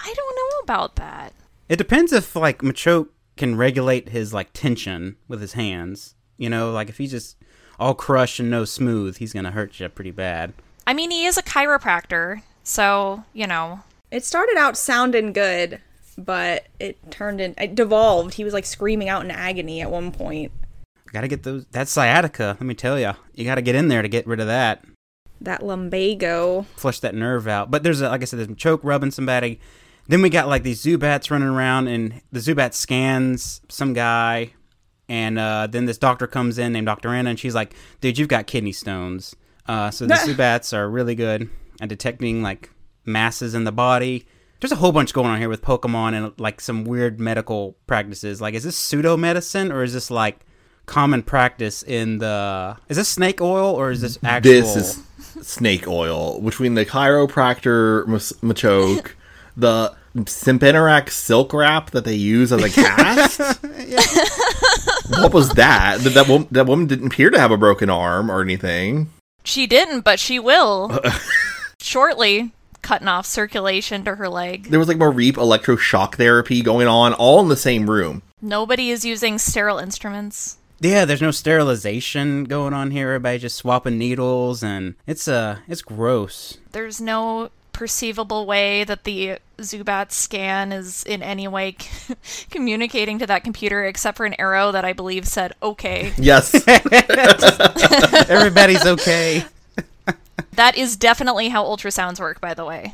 Speaker 5: I don't know about that.
Speaker 2: It depends if like Machoke can regulate his like tension with his hands. You know, like if he's just all crush and no smooth, he's gonna hurt you pretty bad.
Speaker 5: I mean, he is a chiropractor, so, you know,
Speaker 4: It started out sounding good, but it turned in it devolved. He was like screaming out in agony at one point.
Speaker 2: Gotta get those. That sciatica. Let me tell ya, you gotta get in there to get rid of that.
Speaker 4: That lumbago.
Speaker 2: Flush that nerve out. But there's a, like I said, there's Machoke rubbing somebody. Then we got like these Zubats running around, and the Zubat scans some guy, and uh, then this doctor comes in named Doctor Anna, and she's like, "Dude, you've got kidney stones." Uh, so the Zubats are really good at detecting like masses in the body. There's a whole bunch going on here with Pokemon and like some weird medical practices. Like, is this pseudo medicine or is this like common practice in the? Is this snake oil or is this actual?
Speaker 3: This is snake oil between the chiropractor mas- machoke, the Simpinarak silk wrap that they use as a cast. what was that? That that, wom- that woman didn't appear to have a broken arm or anything.
Speaker 5: she didn't, but she will. Shortly, cutting off circulation to her leg.
Speaker 3: There was like Mareep electroshock therapy going on, all in the same room.
Speaker 5: Nobody is using sterile instruments.
Speaker 2: Yeah, there's no sterilization going on here. Everybody just swapping needles, and it's uh, it's gross.
Speaker 5: There's no perceivable way that the Zubat scan is in any way communicating to that computer except for an arrow that I believe said, okay.
Speaker 3: Yes,
Speaker 2: Everybody's okay.
Speaker 5: That is definitely how ultrasounds work, by the way.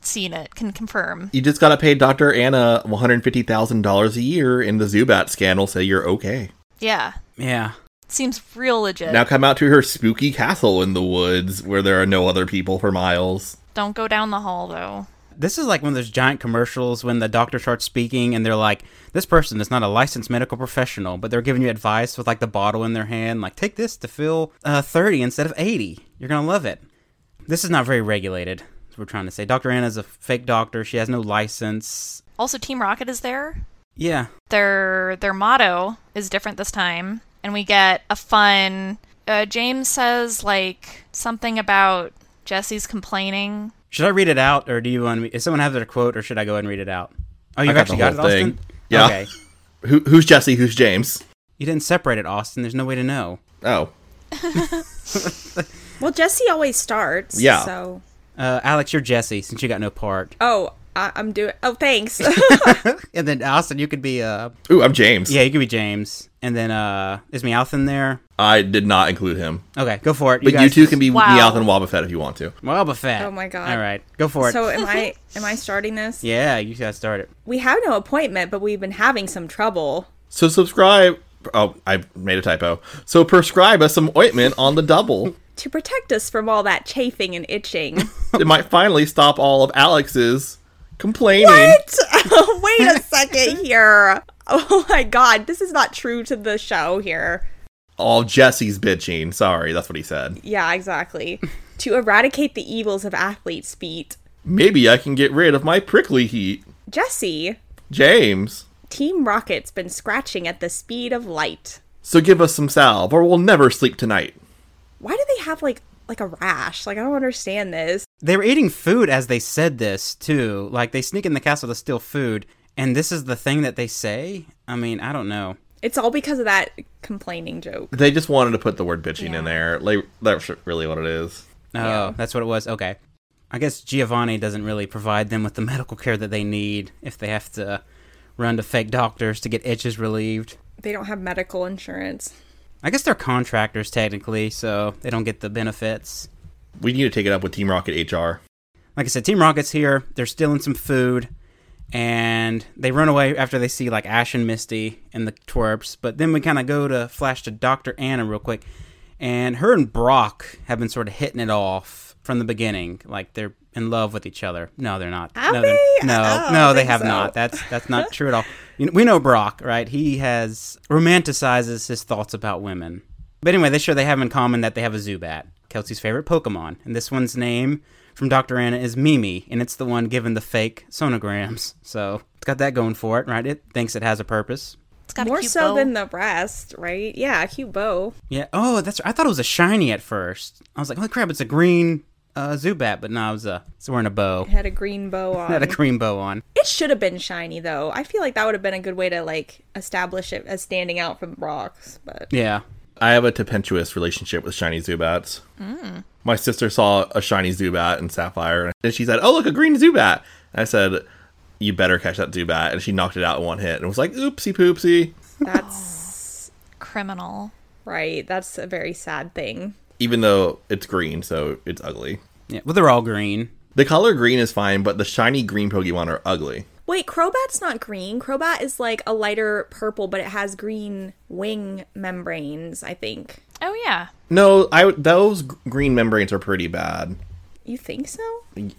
Speaker 5: Seen it, can confirm.
Speaker 3: you just gotta pay Doctor Anna one hundred fifty thousand dollars a year, and the Zubat scan will say you're okay.
Speaker 5: Yeah.
Speaker 2: Yeah,
Speaker 5: Seems real legit.
Speaker 3: Now come out to her spooky castle in the woods where there are no other people for miles.
Speaker 5: Don't go down the hall, though.
Speaker 2: this is like one of those giant commercials when the doctor starts speaking, and they're like, "This person is not a licensed medical professional, but they're giving you advice with like the bottle in their hand, like take this to fill uh, 30 instead of 80. You're gonna love it." This is not very regulated. Is what we're trying to say. Doctor Anna's a fake doctor. She has no license.
Speaker 5: Also, Team Rocket is there.
Speaker 2: Yeah,
Speaker 5: Their their motto is different this time, and we get a fun. Uh, James says like something about Jesse's complaining.
Speaker 2: Should I read it out, or do you want me? Does someone have their quote, or should I go ahead and read it out? Oh, you've
Speaker 3: got
Speaker 2: actually
Speaker 3: the
Speaker 2: got it,
Speaker 3: whole thing.
Speaker 2: Austin.
Speaker 3: Yeah.
Speaker 2: Okay.
Speaker 3: Who, who's Jesse? Who's James?
Speaker 2: You didn't separate it, Austin. There's no way to know.
Speaker 3: Oh,
Speaker 4: Well, Jesse always starts.
Speaker 3: Yeah.
Speaker 4: So.
Speaker 2: Uh, Alex, you're Jesse, since you got no part.
Speaker 4: Oh, I- I'm doing. Oh, thanks.
Speaker 2: And then Austin, you could be uh,
Speaker 3: ooh, I'm James.
Speaker 2: yeah, you could be James. And then uh, is Meowth there?
Speaker 3: I did not include him,
Speaker 2: Okay, go for it.
Speaker 3: but you, two can be
Speaker 5: Wow.
Speaker 3: Meowth and Wobbuffet if you want to.
Speaker 2: Well, Buffet.
Speaker 4: Oh my God.
Speaker 2: All right, go for it.
Speaker 4: so am I? Am I starting this?
Speaker 2: yeah, you got started.
Speaker 4: We have no appointment, but we've been having some trouble.
Speaker 3: So subscribe. Oh, I made a typo. So prescribe us some ointment on the double.
Speaker 4: To protect us from all that chafing and itching.
Speaker 3: it might finally stop all of Alex's complaining.
Speaker 4: Wait a second here. Oh my god, this is not true to the show here.
Speaker 3: All Jesse's bitching. Sorry, that's what he said.
Speaker 4: Yeah, exactly. to eradicate the evils of athlete's feet.
Speaker 3: Maybe I can get rid of my prickly heat.
Speaker 4: Jesse,
Speaker 3: James.
Speaker 4: Team Rocket's been scratching at the speed of light.
Speaker 3: So give us some salve, or we'll never sleep tonight.
Speaker 4: Why do they have like like a rash? Like I don't understand this.
Speaker 2: They were eating food as they said this too. Like they sneak in the castle to steal food, and this is the thing that they say. I mean, I don't know.
Speaker 4: It's all because of that complaining joke.
Speaker 3: They just wanted to put the word bitching
Speaker 5: Yeah.
Speaker 3: in there. Like, that's really what it is.
Speaker 2: Oh, that's what it was. Okay. I guess Giovanni doesn't really provide them with the medical care that they need if they have to run to fake doctors to get itches relieved.
Speaker 4: They don't have medical insurance.
Speaker 2: I guess they're contractors technically, so they don't get the benefits.
Speaker 3: We need to take it up with Team Rocket HR.
Speaker 2: Like I said, Team Rocket's here. They're stealing some food, and they run away after they see like Ash and Misty and the twerps. But then we kind of go to flash to Doctor Anna real quick, and her and Brock have been sort of hitting it off from the beginning. Like they're in love with each other. No, they're not.
Speaker 4: Have
Speaker 2: no, they're-
Speaker 4: they?
Speaker 2: no,
Speaker 4: Oh, I don't
Speaker 2: no, they
Speaker 4: think
Speaker 2: have
Speaker 4: so.
Speaker 2: not. That's that's not true at all. You know, we know Brock, right? He has romanticizes his thoughts about women. But anyway, they sure they have in common that they have a Zubat, Kelsey's favorite Pokemon, and this one's name from Dr. Anna is Mimi, and it's the one given the fake sonograms. So it's got that going for it, right? It thinks it has a purpose.
Speaker 5: It's got a
Speaker 4: More
Speaker 5: cute
Speaker 4: so
Speaker 5: bow.
Speaker 4: than the rest, right? Yeah, a cute bow.
Speaker 2: Yeah. Oh, that's. I thought it was a shiny at first. I was like, holy crap, it's a green uh, Zubat, but no, it was a. It's wearing a bow.
Speaker 4: It had a green bow on.
Speaker 2: It had a green bow on.
Speaker 4: It should have been shiny though. I feel like that would have been a good way to like establish it as standing out from rocks, but
Speaker 2: Yeah.
Speaker 3: I have a tempestuous relationship with shiny Zubats. My sister saw a shiny Zubat in Sapphire, and she said, "Oh, look, a green Zubat." I said, "You better catch that Zubat," and she knocked it out in one hit, and was like, "Oopsie poopsie."
Speaker 4: that's
Speaker 5: criminal.
Speaker 4: right. That's a very sad thing.
Speaker 3: Even though it's green, so it's ugly.
Speaker 2: Yeah. Well, they're all green.
Speaker 3: The color green is fine, but the shiny green Pokemon are ugly.
Speaker 4: Wait, Crobat's not green. Crobat is like a lighter purple, but it has green wing membranes, I think.
Speaker 5: Oh yeah,
Speaker 3: No, I those g- green membranes are pretty bad.
Speaker 4: You think so?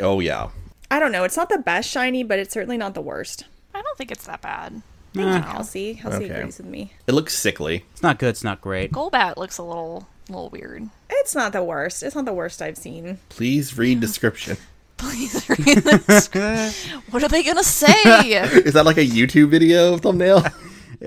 Speaker 3: Oh yeah,
Speaker 4: I don't know. It's not the best shiny, but it's certainly not the worst.
Speaker 5: I don't think it's that bad.
Speaker 4: Halsey, Halsey
Speaker 3: Okay.
Speaker 4: agrees with me.
Speaker 3: it looks sickly.
Speaker 2: It's not good. It's not great.
Speaker 5: Golbat looks a little, little weird.
Speaker 4: It's not the worst. It's not the worst I've seen.
Speaker 3: Please read description.
Speaker 5: Please read this. what are they gonna say?
Speaker 3: Is that like a YouTube video thumbnail?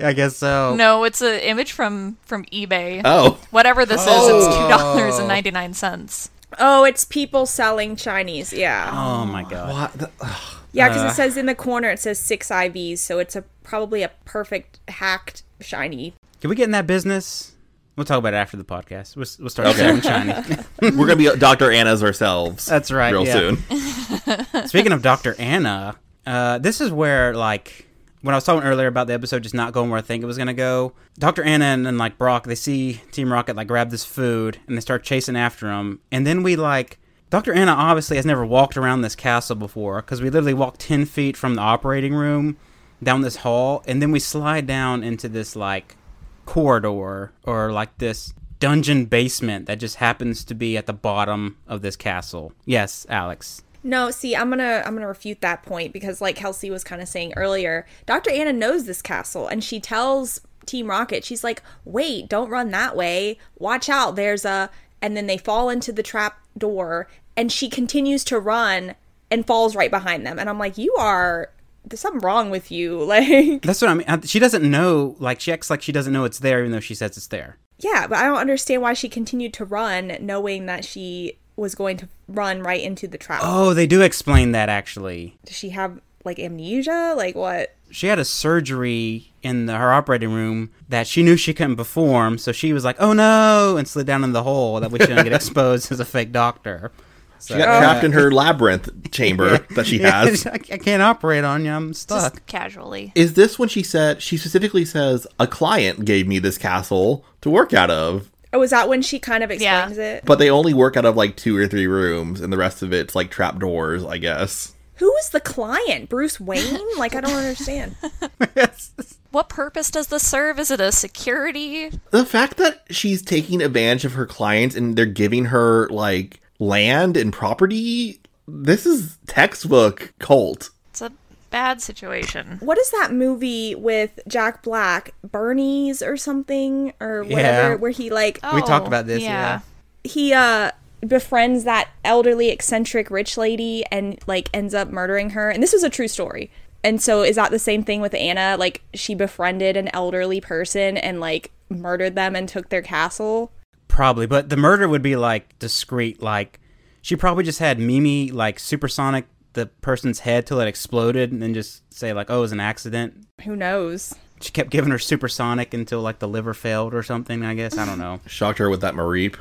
Speaker 2: I guess so.
Speaker 5: no, it's an image from from eBay.
Speaker 3: Oh,
Speaker 5: Whatever this is, it's two dollars and ninety nine cents.
Speaker 4: Oh, it's people selling shinies. Yeah.
Speaker 2: Oh my god.
Speaker 3: what? The-
Speaker 4: Yeah, because
Speaker 2: Uh.
Speaker 4: it says in the corner it says six IVs, so it's a probably a perfect hacked shiny.
Speaker 2: Can we get in that business? We'll talk about it after the podcast. We'll, we'll start
Speaker 3: Okay.
Speaker 2: selling shiny.
Speaker 3: We're gonna be Dr. Anna's ourselves.
Speaker 2: That's right,
Speaker 3: Real
Speaker 2: yeah.
Speaker 3: soon.
Speaker 2: Speaking of Dr. Anna, uh, this is where, like, when I was talking earlier about the episode just not going where I think it was going to go, Dr. Anna and, and, like, Brock, they see Team Rocket, like, grab this food and they start chasing after him. And then we, like, Dr. Anna obviously has never walked around this castle before because we literally walked 10 feet from the operating room down this hall and then we slide down into this, like, corridor or like this dungeon basement that just happens to be at the bottom of this castle. Yes, Alex.
Speaker 4: No, see, I'm gonna I'm gonna refute that point because like Kelsey was kind of saying earlier, Dr. Anna knows this castle and she tells Team Rocket, she's like, wait, don't run that way. Watch out, there's a and then they fall into the trap door and she continues to run and falls right behind them. And I'm like, You are there's something wrong with you. Like
Speaker 2: That's what I mean. Uh, She doesn't know. Like she acts like she doesn't know it's there, even though she says it's there.
Speaker 4: Yeah, but I don't understand why she continued to run knowing that she was going to run right into the trap.
Speaker 2: Oh, they do explain that actually.
Speaker 4: Does she have like amnesia? Like what?
Speaker 2: She had a surgery in the, her operating room that she knew she couldn't perform, so she was like, "Oh no!" and slid down in the hole that way she didn't get exposed as a fake doctor. So,
Speaker 3: She got trapped in her labyrinth chamber that she has.
Speaker 2: I I can't operate on you. I'm stuck.
Speaker 5: Just casually.
Speaker 3: Is this when she said she specifically says a client gave me this castle to work out of,
Speaker 4: Oh, is that when she kind of
Speaker 5: Yeah.
Speaker 4: explains it?
Speaker 3: but they only work out of like two or three rooms, and the rest of it's like trap doors, I guess.
Speaker 4: Who was the client? Bruce Wayne? Like I don't understand.
Speaker 5: What purpose does this serve? Is it a security?
Speaker 3: The fact that she's taking advantage of her clients and they're giving her like land and property, this is textbook cult.
Speaker 5: It's a bad situation.
Speaker 4: what is that movie with Jack Black, Bernie's or something or whatever
Speaker 2: Yeah.
Speaker 4: where he like
Speaker 2: We
Speaker 5: Oh,
Speaker 2: talked about this.
Speaker 5: yeah.
Speaker 2: Yeah.
Speaker 4: he uh befriends that elderly eccentric rich lady and like ends up murdering her and this is a true story and so is that the same thing with anna like she befriended an elderly person and like murdered them and took their castle
Speaker 2: Probably, but the murder would be like discreet. Like she probably just had Mimi like supersonic the person's head till it exploded and then just say like, "Oh, it was an accident."
Speaker 4: Who knows?
Speaker 2: She kept giving her supersonic until like the liver failed or something, I guess. I don't know.
Speaker 3: Shocked her with that Mareep.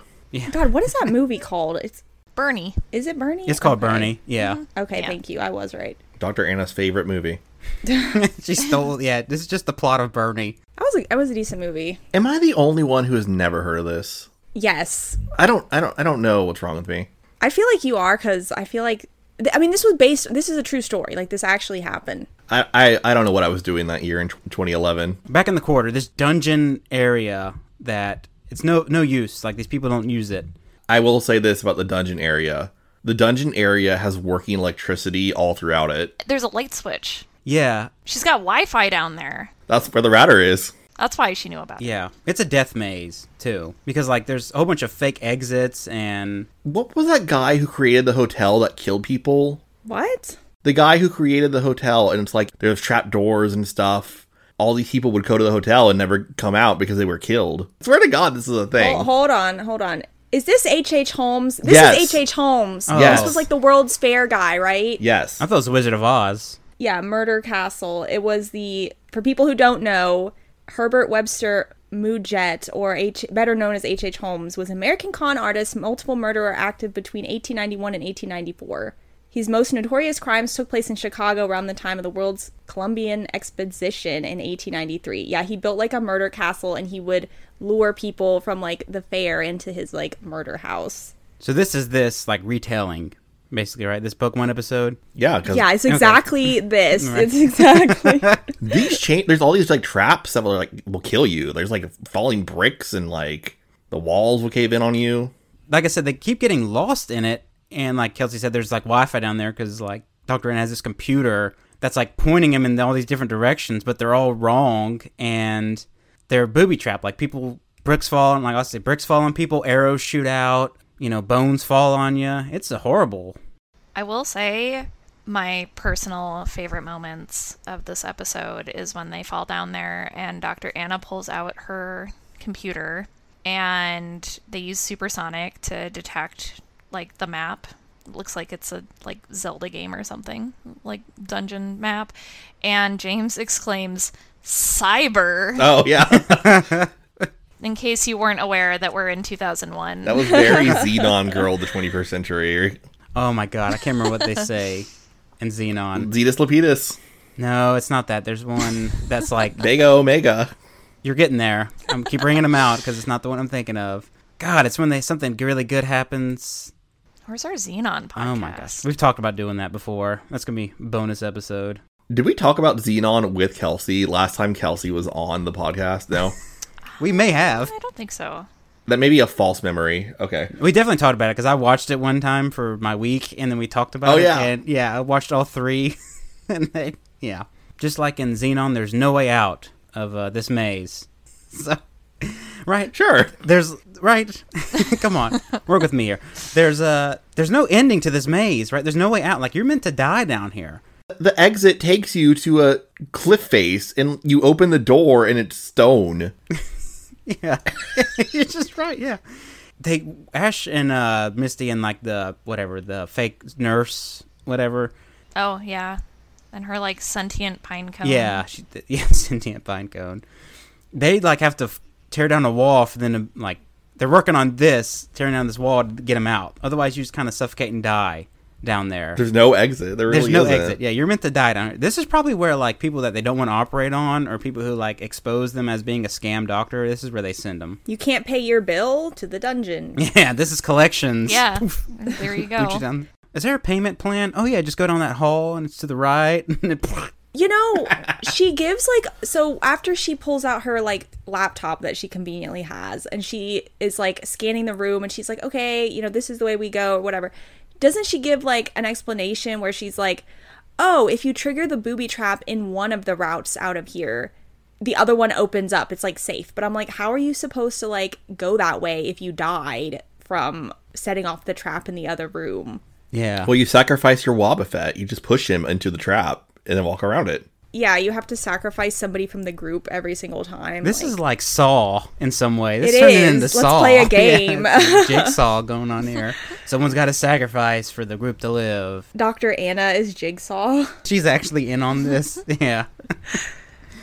Speaker 4: God, what is that movie called? It's
Speaker 5: Bernie.
Speaker 4: is it Bernie?
Speaker 2: It's called
Speaker 4: Okay.
Speaker 2: Bernie. Yeah.
Speaker 4: Okay,
Speaker 5: Yeah.
Speaker 4: thank you. I was right.
Speaker 3: Dr. Anna's favorite movie.
Speaker 2: she stole yeah, this is just the plot of Bernie.
Speaker 4: I was a, I was a decent movie.
Speaker 3: Am I the only one who has never heard of this?
Speaker 4: Yes,
Speaker 3: I don't I don't I don't know what's wrong with me.
Speaker 4: I feel like you are because I feel like th- I mean this was based. This is a true story. Like this actually happened.
Speaker 3: I, I, I don't know what I was doing that year in tw- 2011.
Speaker 2: Back in the quarter, this dungeon area that it's no no use. Like these people don't use it.
Speaker 3: I will say this about the dungeon area. The dungeon area has working electricity all throughout it.
Speaker 5: There's a light switch.
Speaker 2: Yeah.
Speaker 5: She's got Wi-Fi down there.
Speaker 3: That's where the router is.
Speaker 5: That's why she knew about it.
Speaker 2: Yeah. It's a death maze too. Because like there's a whole bunch of fake exits and
Speaker 3: What was that guy who created the hotel that killed people?
Speaker 4: What?
Speaker 3: The guy who created the hotel and it's like there's trap doors and stuff. All these people would go to the hotel and never come out because they were killed. Swear to God, this is a thing.
Speaker 4: Hol- hold on, hold on. Is this H.H. H. Holmes? This
Speaker 3: Yes.
Speaker 4: is H.H. H. Holmes.
Speaker 3: Yes.
Speaker 4: This was like the World's Fair guy, right?
Speaker 3: Yes.
Speaker 2: I thought it was the Wizard of Oz.
Speaker 4: Yeah, Murder Castle. It was the for people who don't know, Herbert Webster Muget, or H, better known as H.H. H. Holmes, was an American con artist, multiple murderer active between 1891 and 1894. His most notorious crimes took place in Chicago around the time of the world's Columbian Exposition in 1893. Yeah, he built like a murder castle and he would lure people from like the fair into his like murder house.
Speaker 2: So this is this like retelling, basically, right? This Pokemon episode.
Speaker 3: yeah, because
Speaker 4: Yeah, it's exactly this. It's exactly.
Speaker 3: these chain there's all these like traps that will like will kill you. There's like falling bricks and like the walls will cave in on you.
Speaker 2: Like I said, they keep getting lost in it, and like Kelsey said, there's like Wi-Fi down there because like Doctor N has this computer that's like pointing him in all these different directions, but they're all wrong, and they're booby trapped. Like people, bricks fall, and like I said, bricks fall on people, arrows shoot out, you know, bones fall on you. It's a horrible.
Speaker 5: I will say my personal favorite moments of this episode is when they fall down there and Dr. Anna pulls out her computer and they use supersonic to detect like the map. Looks like it's a like Zelda game or something, like dungeon map. And James exclaims, "Cyber!"
Speaker 3: Oh yeah.
Speaker 5: In case you weren't aware that we're in 2001.
Speaker 3: that was very Xenon girl of the 21st century.
Speaker 2: Oh my god, I can't remember what they say. in Xenon.
Speaker 3: Zetus Lapidus.
Speaker 2: No, it's not that. There's one that's like
Speaker 3: Vega Omega.
Speaker 2: You're getting there. I'm keep bringing them out because it's not the one I'm thinking of. God, it's when they something really good happens.
Speaker 5: Where's our Xenon podcast?
Speaker 2: Oh my gosh, we've talked about doing that before. That's gonna be bonus episode.
Speaker 3: Did we talk about Xenon with Kelsey last time Kelsey was on the podcast? No.
Speaker 2: We may have.
Speaker 5: I don't think so.
Speaker 3: that may be a false memory. Okay.
Speaker 2: We definitely talked about it because I watched it one time for my week, and then we talked about
Speaker 3: Oh,
Speaker 2: it.
Speaker 3: yeah.
Speaker 2: and yeah, I watched all three, and they, yeah, just like in Xenon, there's no way out of uh, this maze. So, right,
Speaker 3: Sure.
Speaker 2: there's right come on work with me here there's uh there's no ending to this maze right there's no way out like you're meant to die down here
Speaker 3: The exit takes you to a cliff face and you open the door and it's stone.
Speaker 2: yeah you're just right yeah they ash and uh misty and like the whatever the fake nurse whatever
Speaker 5: Oh yeah, and her like sentient pine
Speaker 3: Oh.
Speaker 5: cone.
Speaker 2: yeah she, th- yeah sentient pine cone they like have to f- tear down a wall for them to like they're working on this tearing down this wall to get him out otherwise you just kind of suffocate and die down there
Speaker 3: There's no exit. There
Speaker 2: There's
Speaker 3: really
Speaker 2: no
Speaker 3: isn't.
Speaker 2: exit. Yeah, you're meant to die down. here. This is probably where like people that they don't want to operate on, or people who like expose them as being a scam doctor. This is where they send them.
Speaker 4: you can't pay your bill to the dungeon.
Speaker 2: Yeah, this is collections.
Speaker 5: Yeah. there you
Speaker 4: Oh.
Speaker 2: Put you
Speaker 5: go.
Speaker 2: down- Is there a payment plan? Oh yeah, just go down that hall and it's to the right. and it-
Speaker 4: You know, she gives like so after she pulls out her like laptop that she conveniently has and she is like scanning the room and she's like, "Okay, you know, this is the way we go or whatever." Doesn't she give like an explanation where she's like, "Oh, if you trigger the booby trap in one of the routes out of here, the other one opens up. It's like safe." But I'm like, "How are you supposed to like go that way if you died from setting off the trap in the other room?"
Speaker 2: yeah.
Speaker 3: Well, you sacrifice your Wobbuffet. You just push him into the trap and then walk around it.
Speaker 4: yeah, you have to sacrifice somebody from the group every single time.
Speaker 2: this
Speaker 4: like-
Speaker 2: is like Saw in some way. This
Speaker 4: It
Speaker 2: turned
Speaker 4: is.
Speaker 2: into
Speaker 4: Let's
Speaker 2: Saw.
Speaker 4: play a
Speaker 2: Yeah,
Speaker 4: game.
Speaker 2: it's like jigsaw going on here. Someone's got to sacrifice for the group to live.
Speaker 4: Dr. Anna is Jigsaw.
Speaker 2: She's actually in on this. Yeah.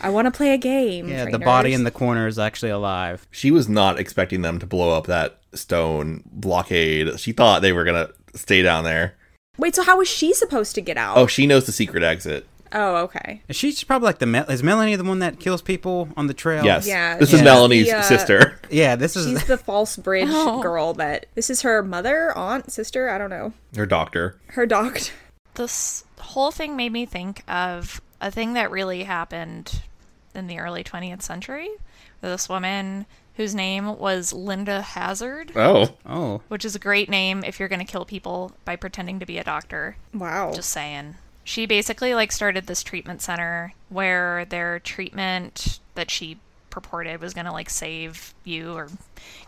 Speaker 4: I want to play a game.
Speaker 2: Yeah, the body in the corner is actually alive.
Speaker 3: She was not expecting them to blow up that stone blockade. She thought they were going to stay down there.
Speaker 4: Wait, so how was she supposed to get out?
Speaker 3: Oh, she knows the secret exit.
Speaker 4: Oh, okay.
Speaker 2: She's probably like the Mel- is Melanie the one that kills people on the trail?
Speaker 3: Yes.
Speaker 4: Oh, Yeah,
Speaker 3: this
Speaker 4: she's
Speaker 3: is Melanie's
Speaker 4: the, uh,
Speaker 3: sister.
Speaker 2: Yeah, this is
Speaker 4: She's the false bridge
Speaker 5: Oh.
Speaker 4: girl that this is her mother, aunt, sister, I don't know.
Speaker 3: Her doctor.
Speaker 4: Her doctor.
Speaker 5: This whole thing made me think of a thing that really happened in the early 20th century. This woman whose name was Linda Hazard,
Speaker 3: Oh.
Speaker 2: Oh.
Speaker 5: which is a great name if you're going to kill people by pretending to be a doctor.
Speaker 4: Wow.
Speaker 5: Just saying. She basically like started this treatment center where their treatment that she purported was going to like save you or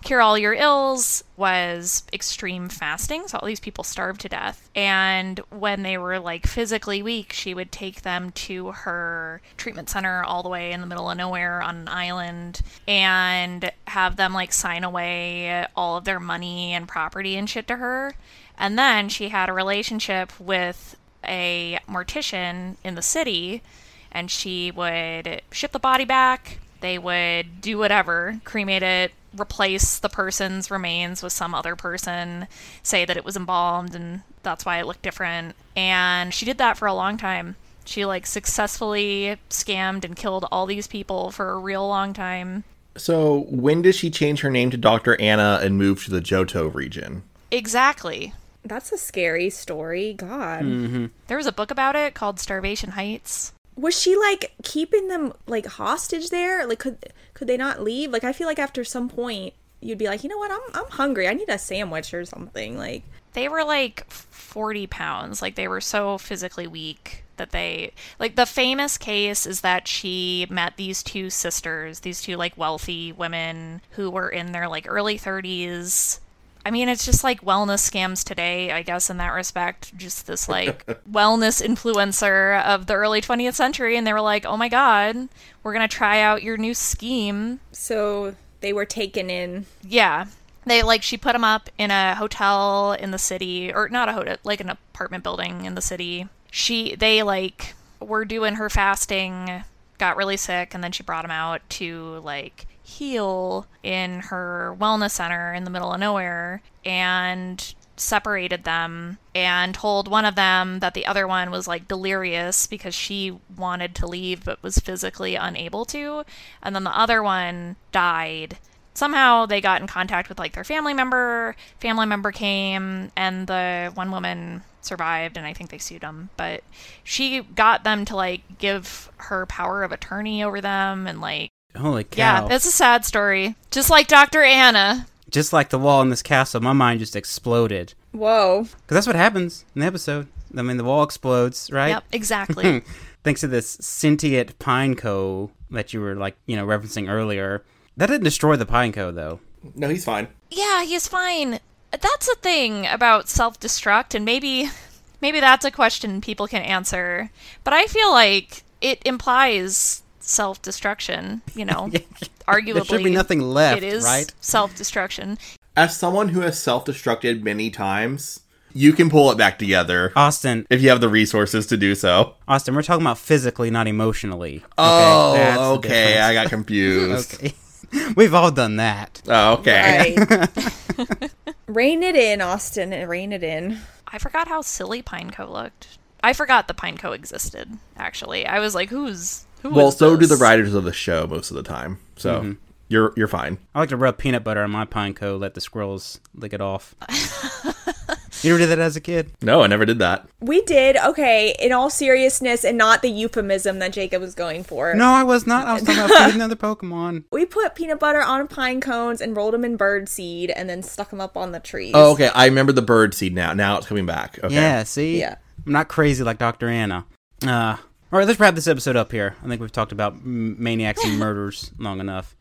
Speaker 5: cure all your ills was extreme fasting. So all these people starved to death. And when they were like physically weak, she would take them to her treatment center all the way in the middle of nowhere on an island and have them like sign away all of their money and property and shit to her. And then she had a relationship with a mortician in the city, and she would ship the body back. They would do whatever, cremate it, replace the person's remains with some other person, say that it was embalmed and that's why it looked different. And she did that for a long time. She like successfully scammed and killed all these people for a real long time.
Speaker 3: So when does she change her name to Dr. Anna and move to the Johto region?
Speaker 5: Exactly.
Speaker 4: That's a scary story. God.
Speaker 2: Hmm.
Speaker 5: There was a book about it called Starvation Heights.
Speaker 4: Was she like keeping them like hostage there? Like could could they not leave? Like I feel like after some point you'd be like, "You know what? I'm I'm hungry. I need a sandwich or something." Like
Speaker 5: they were like 40 pounds like they were so physically weak that they like the famous case is that she met these two sisters these two like wealthy women who were in their like early 30s i mean it's just like wellness scams today i guess in that respect just this like wellness influencer of the early 20th century and they were like oh my god we're gonna try out your new scheme
Speaker 4: so they were taken in.
Speaker 5: yeah. They like she put him up in a hotel in the city or not a hotel, like an apartment building in the city. She they like were doing her fasting, got really sick and then she brought him out to like heal in her wellness center in the middle of nowhere and separated them and told one of them that the other one was like delirious because she wanted to leave but was physically unable to and then the other one died somehow they got in contact with like their family member family member came and the one woman survived and i think they sued them but she got them to like give her power of attorney over them and like
Speaker 2: Holy
Speaker 5: yeah
Speaker 2: cow.
Speaker 5: it's a sad story just like dr anna
Speaker 2: just like the wall in this castle, my mind just exploded.
Speaker 4: Whoa.
Speaker 2: Because that's what happens in the episode. I mean, the wall explodes, right?
Speaker 5: yep exactly
Speaker 2: Thanks to this sentient pineco that you were like, you know, referencing earlier. That didn't destroy the pineco, though.
Speaker 3: No, he's fine.
Speaker 5: yeah he's fine that's a thing about self-destruct and maybe maybe that's a question people can answer but i feel like it implies self-destruction you know arguably
Speaker 2: There should be nothing left,
Speaker 5: it is
Speaker 2: right?
Speaker 5: self-destruction
Speaker 3: As someone who has self-destructed many times, you can pull it back together
Speaker 2: Austin,
Speaker 3: if you have the resources to do so.
Speaker 2: Austin, we're talking about physically, not emotionally. Okay, that's the
Speaker 3: Oh, okay.
Speaker 2: difference.
Speaker 3: I got confused.
Speaker 2: We've all done that.
Speaker 3: Oh, okay.
Speaker 4: Right. rein it in, Austin, and rein it in.
Speaker 5: i forgot how silly pineco looked i forgot the pineco existed actually i was like who's who
Speaker 3: Well,
Speaker 5: is
Speaker 3: so do
Speaker 5: this?
Speaker 3: the writers of the show most of the time. So you're you're fine.
Speaker 2: I like to rub peanut butter on my pineco, let the squirrels lick it off. you ever did that as a kid?
Speaker 3: No, I never did that.
Speaker 4: We did, okay, in all seriousness and not the euphemism that Jacob was going for.
Speaker 2: No, I was not. I was talking about feeding other Pokemon.
Speaker 4: We put peanut butter on pine cones and rolled them in bird seed and then stuck them up on the trees.
Speaker 3: Oh, okay. I remember the bird seed now. Now it's coming back. Okay.
Speaker 2: Yeah, see?
Speaker 4: Yeah.
Speaker 2: I'm not crazy like Dr. Anna. Uh, all right, let's wrap this episode up here. I think we've talked about m- maniacs and murders long enough.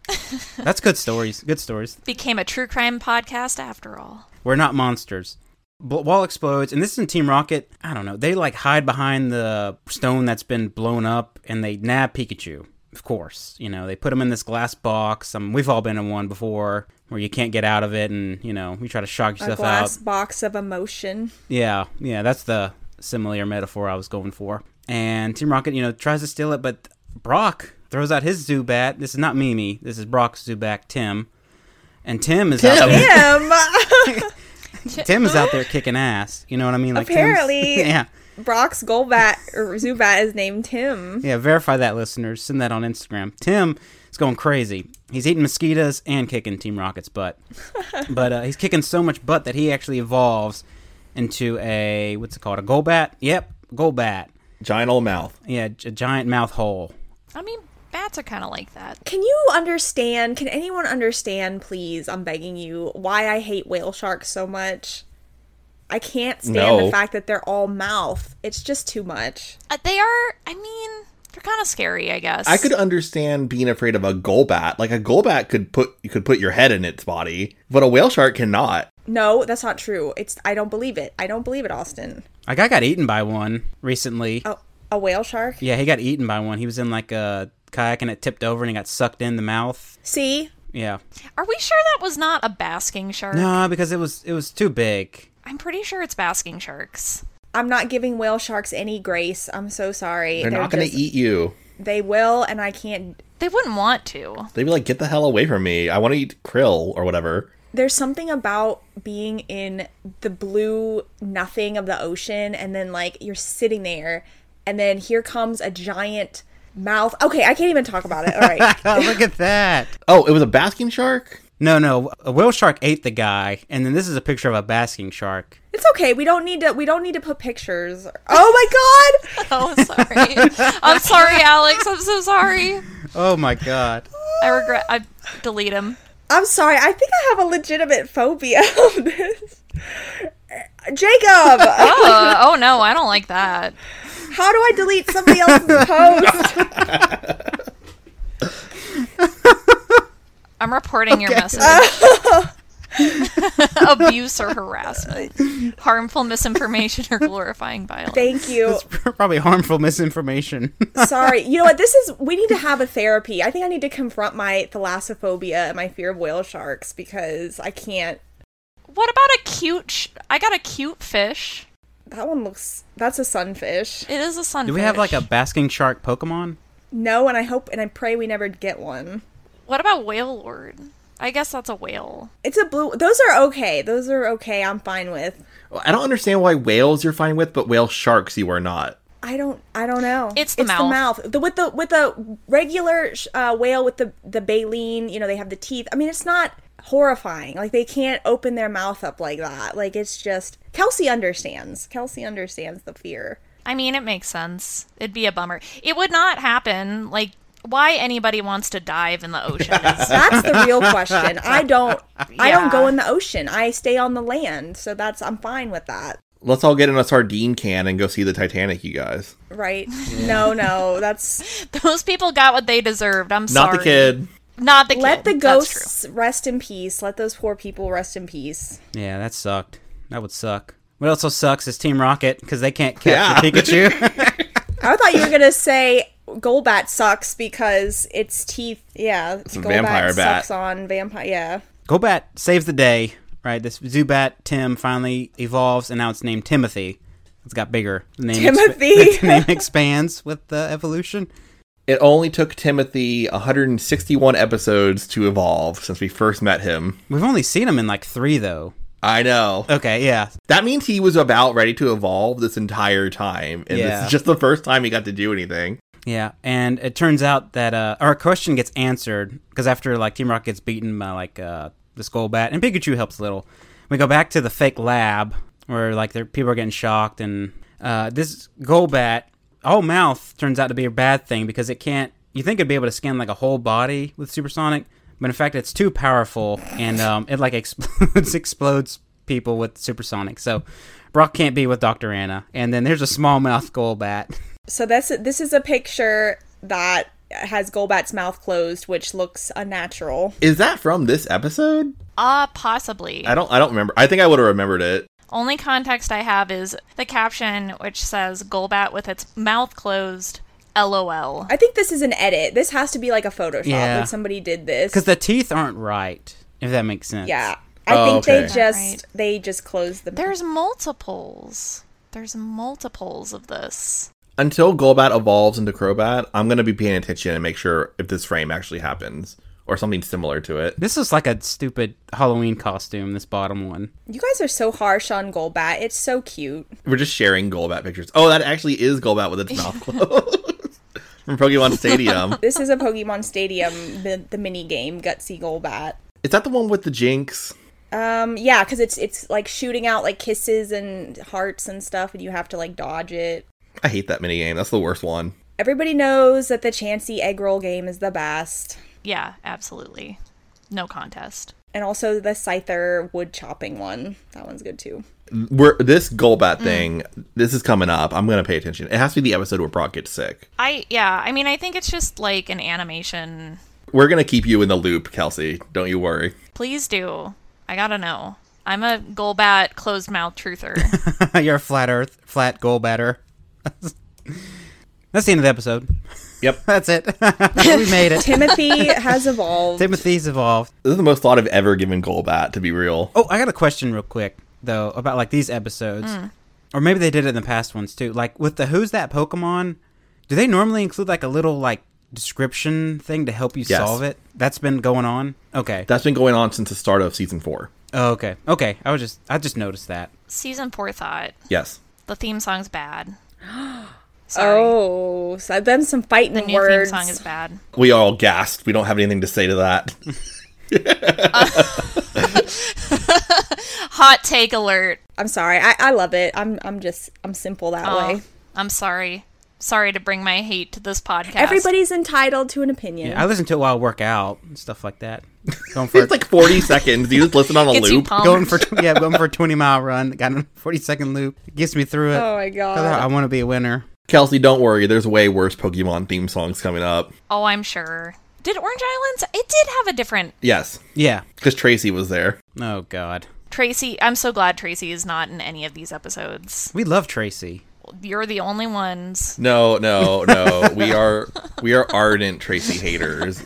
Speaker 2: That's good stories. Good stories.
Speaker 5: became a true crime podcast after all
Speaker 2: We're not monsters. B- wall explodes, and this is in Team Rocket. I don't know. They like hide behind the stone that's been blown up, and they nab Pikachu. of course. You know, they put them in this glass box. Um, we've all been in one before where you can't get out of it and, you know, you try to shock
Speaker 4: A
Speaker 2: yourself
Speaker 4: glass
Speaker 2: out.
Speaker 4: box of emotion.
Speaker 2: Yeah, yeah, that's the simile or metaphor I was going for. And Team Rocket, you know, tries to steal it, but Brock throws out his Zubat. This is not Mimi. This is Brock's Zubat, Tim. And Tim is out there.
Speaker 4: Tim.
Speaker 2: Tim is out there kicking ass. You know what I mean? Like Tim's-
Speaker 4: Apparently.
Speaker 2: yeah,
Speaker 4: Brock's Golbat or Zubat is named Tim.
Speaker 2: yeah. Verify that, listeners. Send that on Instagram. Tim is going crazy. He's eating mosquitoes and kicking Team Rocket's butt. but uh, he's kicking so much butt that he actually evolves into a what's it called? A Golbat. Yep, Golbat.
Speaker 3: Giant old mouth.
Speaker 2: Yeah, j- a giant mouth hole.
Speaker 5: I mean, bats are kind of like that.
Speaker 4: Can you understand? Can anyone understand, please? I'm begging you, why I hate whale sharks so much. I can't stand
Speaker 3: No.
Speaker 4: the fact that they're all mouth. It's just too much.
Speaker 5: Uh, they are. I mean, they're kind of scary. I guess.
Speaker 3: I could understand being afraid of a Golbat. Like a Golbat could put you could put your head in its body, but a whale shark cannot.
Speaker 4: No, that's not true. It's I don't believe it. I don't believe it, Austin.
Speaker 2: Like I got eaten by one recently.
Speaker 4: Oh, a whale shark?
Speaker 2: Yeah, he got eaten by one. He was in like a kayak and it tipped over and he got sucked in the mouth.
Speaker 4: See?
Speaker 2: Yeah.
Speaker 5: Are we sure that was not a basking shark?
Speaker 2: No, because it was it was too big.
Speaker 5: I'm pretty sure it's basking sharks.
Speaker 4: I'm not giving whale sharks any grace. I'm so sorry.
Speaker 3: They're, not going to
Speaker 4: just-
Speaker 3: eat you.
Speaker 4: They will, and I can't.
Speaker 5: They wouldn't want to.
Speaker 3: They'd be like, "Get the hell away from me! I want to eat krill or whatever."
Speaker 4: There's something about being in the blue nothing of the ocean, and then like you're sitting there, and then here comes a giant mouth. Okay, I can't even talk about it. All right.
Speaker 2: Oh, look at that.
Speaker 3: Oh, it was a basking shark.
Speaker 2: No, no. A whale shark ate the guy, and then this is a picture of a basking shark.
Speaker 4: it's okay. We don't need to. We don't need to put pictures. Oh my god.
Speaker 5: Oh, sorry. I'm sorry, Alex. I'm so sorry.
Speaker 2: Oh my god.
Speaker 5: I regret. I delete him.
Speaker 4: I'm sorry. I think I have a legitimate phobia of this. Jacob,
Speaker 5: Uh, oh no, I don't like that.
Speaker 4: how do I delete somebody else's post?
Speaker 5: I'm reporting your message. Abuse or harassment, harmful misinformation or glorifying violence.
Speaker 4: Thank you.
Speaker 2: Probably harmful misinformation.
Speaker 4: Sorry. You know what? This is we need to have a therapy. I think I need to confront my thalassophobia and my fear of whale sharks because I can't.
Speaker 5: what about a cute? Sh- I got a cute fish.
Speaker 4: That one looks. That's a sunfish.
Speaker 5: It is a sunfish.
Speaker 2: Do we have like a basking shark Pokemon?
Speaker 4: No, and I hope and I pray we never get one.
Speaker 5: What about whale lord? I guess that's a whale.
Speaker 4: It's a blue. Those are okay. Those are okay. I'm fine with.
Speaker 3: I don't understand why whales you're fine with, but whale sharks you are not.
Speaker 4: I don't. I don't know.
Speaker 5: It's the mouth.
Speaker 4: The with the with the regular sh- uh, whale with the the baleen. You know, they have the teeth. I mean, it's not horrifying. Like they can't open their mouth up like that. Like it's just Kelsey understands. Kelsey understands the fear.
Speaker 5: I mean, it makes sense. It'd be a bummer. It would not happen. Like, why anybody wants to dive in the ocean? is-
Speaker 4: That's the real question. I don't. I don't
Speaker 5: Yeah.
Speaker 4: go in the ocean. I stay on the land. So that's. I'm fine with that.
Speaker 3: Let's all get in a sardine can and go see the Titanic, you guys.
Speaker 4: Right? No, no. That's
Speaker 5: Those people got what they deserved. I'm
Speaker 3: Not
Speaker 5: sorry.
Speaker 3: the kid.
Speaker 5: Not the kid.
Speaker 4: let the
Speaker 5: That's true.
Speaker 4: ghosts rest in peace. Let those poor people rest in peace.
Speaker 2: Yeah, that sucked. That would suck. What also sucks is Team Rocket because they can't capture
Speaker 3: Yeah.
Speaker 2: Pikachu.
Speaker 4: I thought you were gonna say Golbat sucks because its teeth. Yeah, it's
Speaker 3: a vampire bat.
Speaker 4: sucks on vampire. Yeah,
Speaker 2: Golbat saves the day, right? This Zubat Tim finally evolves, and now it's named Timothy. It's got bigger. The name exp-
Speaker 4: Timothy.
Speaker 2: the name expands with the evolution.
Speaker 3: It only took Timothy 161 episodes to evolve since we first met him.
Speaker 2: We've only seen him in like three, though.
Speaker 3: I know.
Speaker 2: Okay, yeah.
Speaker 3: That means he was about ready to evolve this entire time, and this
Speaker 2: Yeah.
Speaker 3: is just the first time he got to do anything.
Speaker 2: Yeah, and it turns out that uh, our question gets answered because after like Team Rocket gets beaten by like uh, the Skullbat and Pikachu helps a little, we go back to the fake lab where like there- people are getting shocked and uh, this Golbat all mouth turns out to be a bad thing because it can't. You think it'd be able to scan like a whole body with supersonic, but in fact it's too powerful and um, it like explodes explodes people with supersonic. So Brock can't be with Doctor Anna, and then there's a small mouth Golbat.
Speaker 4: So that's this is a picture that has Golbat's mouth closed, which looks unnatural.
Speaker 3: Is that from this episode?
Speaker 5: Uh, possibly.
Speaker 3: I don't. I don't remember. I think I would have remembered it.
Speaker 5: Only context I have is the caption, which says Golbat with its mouth closed LOL.
Speaker 4: I think this is an edit. This has to be like a Photoshop.
Speaker 2: Yeah.
Speaker 4: Like somebody did this.
Speaker 2: Because the teeth aren't right, if that makes sense.
Speaker 4: yeah, I
Speaker 3: Oh,
Speaker 4: think
Speaker 3: okay.
Speaker 4: they
Speaker 3: Not
Speaker 4: just
Speaker 5: right.
Speaker 4: they just closed the.
Speaker 5: There's multiples. There's multiples of this.
Speaker 3: Until Golbat evolves into Crobat, I'm gonna be paying attention and make sure if this frame actually happens or something similar to it.
Speaker 2: This is like a stupid Halloween costume, this bottom one.
Speaker 4: you guys are so harsh on Golbat. It's so cute.
Speaker 3: We're just sharing Golbat pictures. Oh, that actually is Golbat with its mouth closed from Pokemon Stadium.
Speaker 4: This is a Pokemon Stadium the, the mini game Gutsy Golbat.
Speaker 3: is that the one with the Jinx?
Speaker 4: Um, yeah, because it's it's like shooting out like kisses and hearts and stuff, and you have to like dodge it.
Speaker 3: I hate that minigame. That's the worst one.
Speaker 4: Everybody knows that the Chansey egg roll game is the best,
Speaker 5: Yeah, absolutely. No contest.
Speaker 4: and also the Scyther wood chopping one. That one's good too.
Speaker 3: We're this Golbat thing. This is coming up. I'm gonna pay attention. It has to be the episode where Brock gets sick.
Speaker 5: I yeah, I mean I think it's just like an animation.
Speaker 3: We're gonna keep you in the loop, Kelsey. Don't you worry.
Speaker 5: Please do. I gotta know. I'm a Golbat closed mouth truther.
Speaker 2: You're a flat earth, flat goal batter. That's the end of the episode.
Speaker 3: Yep.
Speaker 2: That's it. we made it.
Speaker 4: Timothy has evolved.
Speaker 2: Timothy's evolved.
Speaker 3: This is the most thought I've ever given Golbat, to be real.
Speaker 2: Oh, I got a question real quick though about like these episodes, or maybe they did it in the past ones too. Like with the "Who's That Pokemon," do they normally include like a little like description thing to help you
Speaker 3: Yes.
Speaker 2: solve it? That's been going on. Okay.
Speaker 3: That's been going on since the start of season four.
Speaker 2: oh, okay. Okay. I was just I just noticed that.
Speaker 5: Season four thought.
Speaker 3: Yes.
Speaker 5: The theme song's bad. Sorry.
Speaker 4: oh, so I've been some fighting
Speaker 5: the new
Speaker 4: words.
Speaker 5: theme song is bad.
Speaker 3: We all gasped. We don't have anything to say to that.
Speaker 5: Hot take alert.
Speaker 4: I'm sorry. I, I love it. I'm I'm just I'm simple that
Speaker 5: Oh,
Speaker 4: way.
Speaker 5: I'm sorry. Sorry to bring my hate to this podcast.
Speaker 4: Everybody's entitled to an opinion.
Speaker 2: I listen to it while I work out and stuff like that. Going for
Speaker 3: It's like 40 seconds. You just listen on a
Speaker 5: gets you
Speaker 3: loop.
Speaker 5: pumped.
Speaker 2: going for yeah going for a twenty mile run. Got a forty second loop. Gets me through it.
Speaker 4: Oh my
Speaker 2: I
Speaker 4: god.
Speaker 2: want to be a winner.
Speaker 3: Kelsey, don't worry. There's way worse Pokemon theme songs coming up.
Speaker 5: oh, I'm sure. Did Orange Islands? It did have a different
Speaker 3: Yes.
Speaker 2: Yeah.
Speaker 3: Because Tracy was there.
Speaker 2: Oh God.
Speaker 5: Tracy. I'm so glad Tracy is not in any of these episodes.
Speaker 2: We love Tracy.
Speaker 5: You're the only ones.
Speaker 3: No, no, no. we are we are ardent Tracy haters.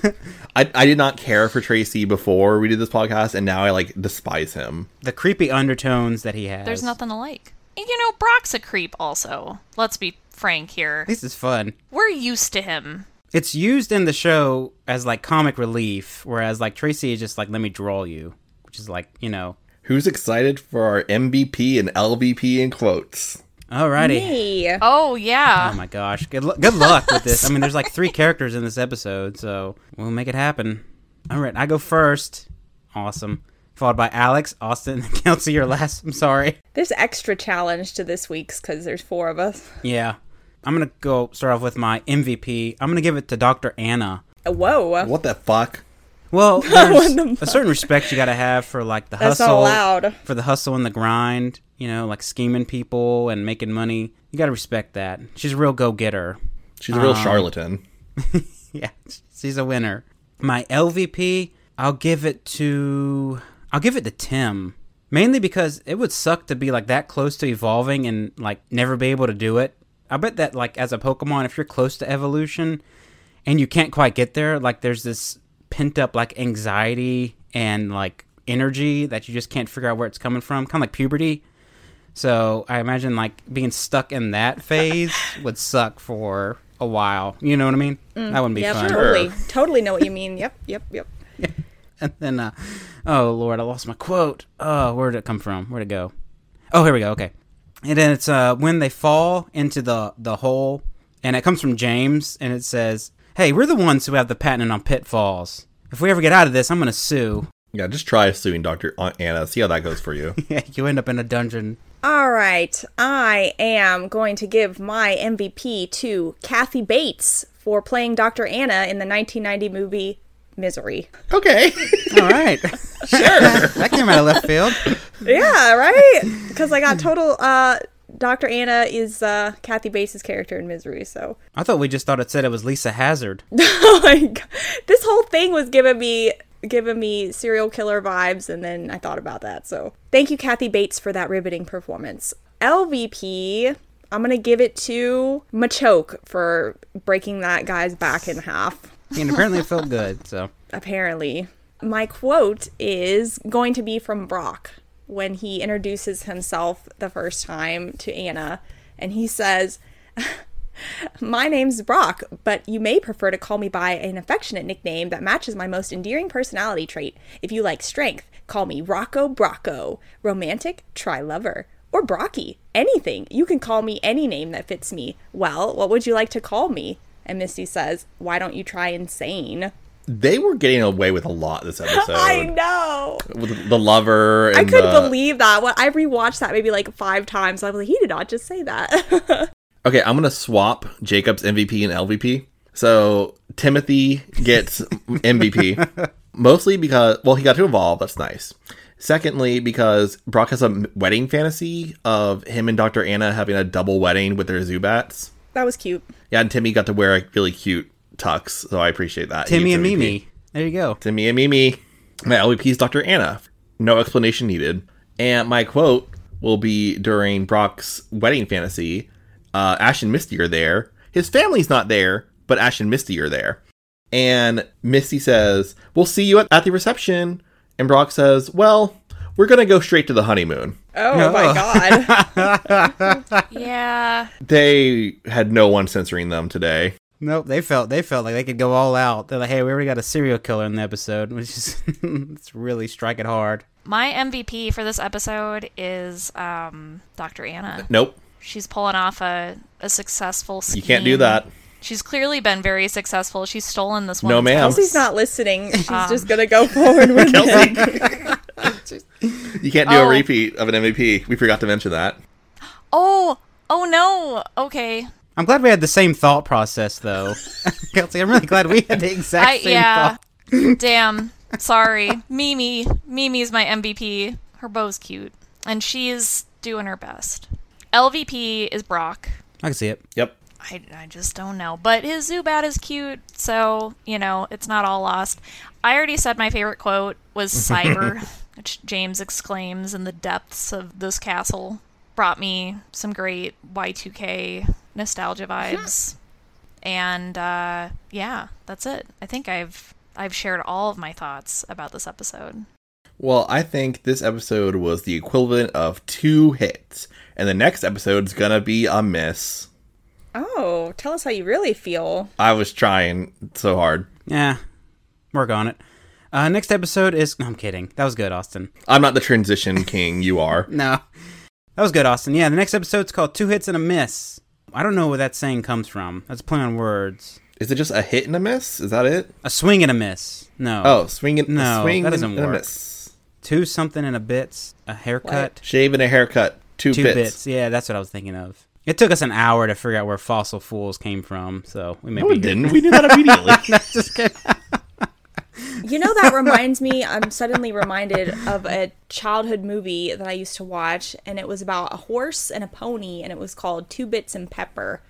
Speaker 3: I, I did not care for Tracy before we did this podcast, and now I like despise him.
Speaker 2: The creepy undertones that he has.
Speaker 5: There's nothing to like. And, You know, Brock's a creep. Also, let's be frank here.
Speaker 2: This is fun.
Speaker 5: We're used to him.
Speaker 2: It's used in the show as like comic relief, whereas like Tracy is just like, let me draw you, which is like, you know,
Speaker 3: Who's excited for our MVP and LVP in quotes?
Speaker 2: alrighty.
Speaker 4: Hey.
Speaker 5: Oh
Speaker 2: Oh
Speaker 5: yeah.
Speaker 2: my gosh. Good lu good luck with this. I mean, there's like three characters in this episode, so we'll make it happen. All right, I go first. Awesome. Followed by Alex, Austin, and Kelsey. Your last. I'm sorry.
Speaker 4: There's extra challenge to this week's because there's four of us.
Speaker 2: Yeah. I'm gonna go start off with my MVP. I'm gonna give it to Dr. Anna.
Speaker 4: Uh, Whoa.
Speaker 3: What the fuck?
Speaker 2: Well, there's
Speaker 4: the
Speaker 2: a certain respect you got to have for like the
Speaker 4: That's not
Speaker 2: hustle,
Speaker 4: allowed.
Speaker 2: for the hustle and the grind. You know, like scheming people and making money. You got to respect that. She's a real go-getter.
Speaker 3: She's a real
Speaker 4: Um,
Speaker 3: charlatan.
Speaker 2: Yeah, she's a winner. My LVP, I'll give it to I'll give it to Tim. Mainly because it would suck to be like that close to evolving and like never be able to do it. I bet that like as a Pokemon, if you're close to evolution and you can't quite get there, like there's this pent up like anxiety and like energy that you just can't figure out where it's coming from, kind of like puberty. So I imagine like being stuck in that phase would suck for a while. You know what I mean? that wouldn't be
Speaker 4: Yep,
Speaker 2: fun.
Speaker 4: totally. Totally know what you mean. Yep, yep, yep.
Speaker 2: And then, uh, oh Lord, I lost my quote. Oh, where did it come from? Where'd it go? Oh, here we go. Okay. And then it's uh, when they fall into the the hole, and it comes from James, and it says, "Hey, we're the ones who have the patent on pitfalls. If we ever get out of this, I'm gonna sue.
Speaker 3: Yeah, just try suing Dr. Aunt Anna. See how that goes for you.
Speaker 2: you end up in a dungeon."
Speaker 4: All right, I am going to give my MVP to Kathy Bates for playing Dr. Anna in the 1990 movie Misery.
Speaker 3: okay.
Speaker 2: All right, sure. that came out of left field.
Speaker 4: Yeah, right? Because I got total. Uh, Dr. Anna is uh, Kathy Bates' character in Misery, so.
Speaker 2: I thought we just thought it said it was Lisa Hazard.
Speaker 4: Oh my God. This whole thing was giving me giving me serial killer vibes and then I thought about that. So, thank you Kathy Bates for that riveting performance. LVP, I'm gonna give it to Machoke for breaking that guy's back in half.
Speaker 2: And apparently it felt good, so.
Speaker 4: Apparently, my quote is going to be from Brock when he introduces himself the first time to Anna, and he says. My name's Brock, but you may prefer to call me by an affectionate nickname that matches my most endearing personality trait. If you like strength, call me Rocco Brocco. Romantic, try lover. Or Brocky. Anything. You can call me any name that fits me. Well, what would you like to call me? And Misty says, Why don't you try insane?
Speaker 3: They were getting away with a lot this episode.
Speaker 4: I know.
Speaker 3: With the lover. And uh,
Speaker 4: I couldn't
Speaker 3: the-
Speaker 4: believe that. When I rewatched that maybe like five times, I was like, He did not just say that.
Speaker 3: Okay, I'm gonna swap Jacob's MVP and LVP. So Timothy gets MVP mostly because well he got to evolve. That's nice. Secondly, because Brock has a wedding fantasy of him and Dr. Anna having a double wedding with their Zubats.
Speaker 4: that was cute.
Speaker 3: Yeah, and Timmy got to wear a really cute tux, so I appreciate that. He
Speaker 2: Timmy
Speaker 3: gets
Speaker 2: and
Speaker 3: MVP.
Speaker 2: Mimi. There you go.
Speaker 3: Timmy and Mimi. My LVP is Dr. Anna. No explanation needed. And my quote will be during Brock's wedding fantasy. Uh, Ash and Misty are there. His family's not there, but Ash and Misty are there. And Misty says, We'll see you at, at the reception. And Brock says, Well, we're going to go straight to the honeymoon.
Speaker 4: Oh my god.
Speaker 5: Yeah.
Speaker 3: They had no one censoring them today.
Speaker 2: Nope, they felt they felt like they could go all out. They're like, hey, we already got a serial killer in the episode, which is it's really strike it hard.
Speaker 5: My MVP for this episode is um, Dr. Anna.
Speaker 3: Nope,
Speaker 5: She's pulling off a, a successful scheme.
Speaker 3: you can't do that.
Speaker 5: She's clearly been very successful. She's stolen this one.
Speaker 3: No, ma'am.
Speaker 4: Kelsey's not listening. She's just gonna go forward with it.
Speaker 3: You can't do
Speaker 5: Oh.
Speaker 3: a repeat of an MVP. We forgot to mention that.
Speaker 5: Oh, oh no. Okay.
Speaker 2: I'm glad we had the same thought process though. Kelsey, I'm really glad we had the exact
Speaker 5: I
Speaker 2: same
Speaker 5: yeah.
Speaker 2: thought.
Speaker 5: Damn. Sorry. Mimi. Mimi's my MVP. Her bow's cute. And she's doing her best. LVP is Brock.
Speaker 2: I can see it.
Speaker 3: Yep.
Speaker 5: I, I just don't know. But his Zubat is cute, so, you know, it's not all lost. I already said my favorite quote was cyber, which James exclaims in the depths of this castle. Brought me some great Y2K nostalgia vibes. and uh, yeah, that's it. I think I've I've shared all of my thoughts about this episode.
Speaker 3: Well, I think this episode was the equivalent of two hits, and the next episode's gonna be a miss.
Speaker 4: Oh, tell us how you really feel.
Speaker 3: I was trying so hard.
Speaker 2: Yeah. Work on it. Uh, next episode is no, I'm kidding. That was good, Austin.
Speaker 3: I'm not the transition king you are.
Speaker 2: No. That was good, Austin. Yeah, the next episode's called Two Hits and a Miss. I don't know where that saying comes from. That's a play on words.
Speaker 3: Is it just a hit and a miss? Is that it?
Speaker 2: A swing and a miss. No.
Speaker 3: Oh, swing and
Speaker 2: No,
Speaker 3: a swing
Speaker 2: that doesn't
Speaker 3: and a
Speaker 2: work.
Speaker 3: miss.
Speaker 2: Two something and a bits. A haircut.
Speaker 3: Shave and a haircut. Two,
Speaker 2: Two
Speaker 3: bits.
Speaker 2: bits. Yeah, that's what I was thinking of. It took us an hour to figure out where fossil fools came from, so we may
Speaker 3: No,
Speaker 2: be
Speaker 3: it
Speaker 2: here.
Speaker 3: didn't. We knew that immediately.
Speaker 2: Just kidding.
Speaker 4: You know that reminds me. I'm suddenly reminded of a childhood movie that I used to watch, and it was about a horse and a pony, and it was called Two Bits and Pepper.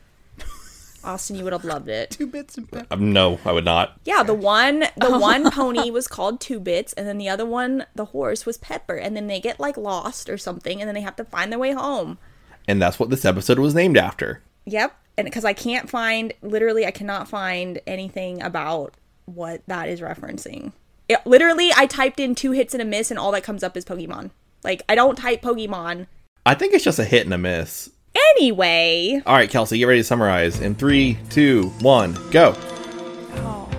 Speaker 4: Austin, you would have loved it.
Speaker 2: Two bits and pe-
Speaker 3: um, no, I would not.
Speaker 4: Yeah, the one the one pony was called Two Bits, and then the other one, the horse, was Pepper, and then they get like lost or something, and then they have to find their way home.
Speaker 3: And that's what this episode was named after.
Speaker 4: Yep, and because I can't find literally, I cannot find anything about what that is referencing. It, literally, I typed in two hits and a miss, and all that comes up is Pokemon. Like I don't type Pokemon
Speaker 3: I think it's just a hit and a miss.
Speaker 4: anyway.
Speaker 3: All right, Kelsey, get ready to summarize in three, two, one, go.
Speaker 5: Oh.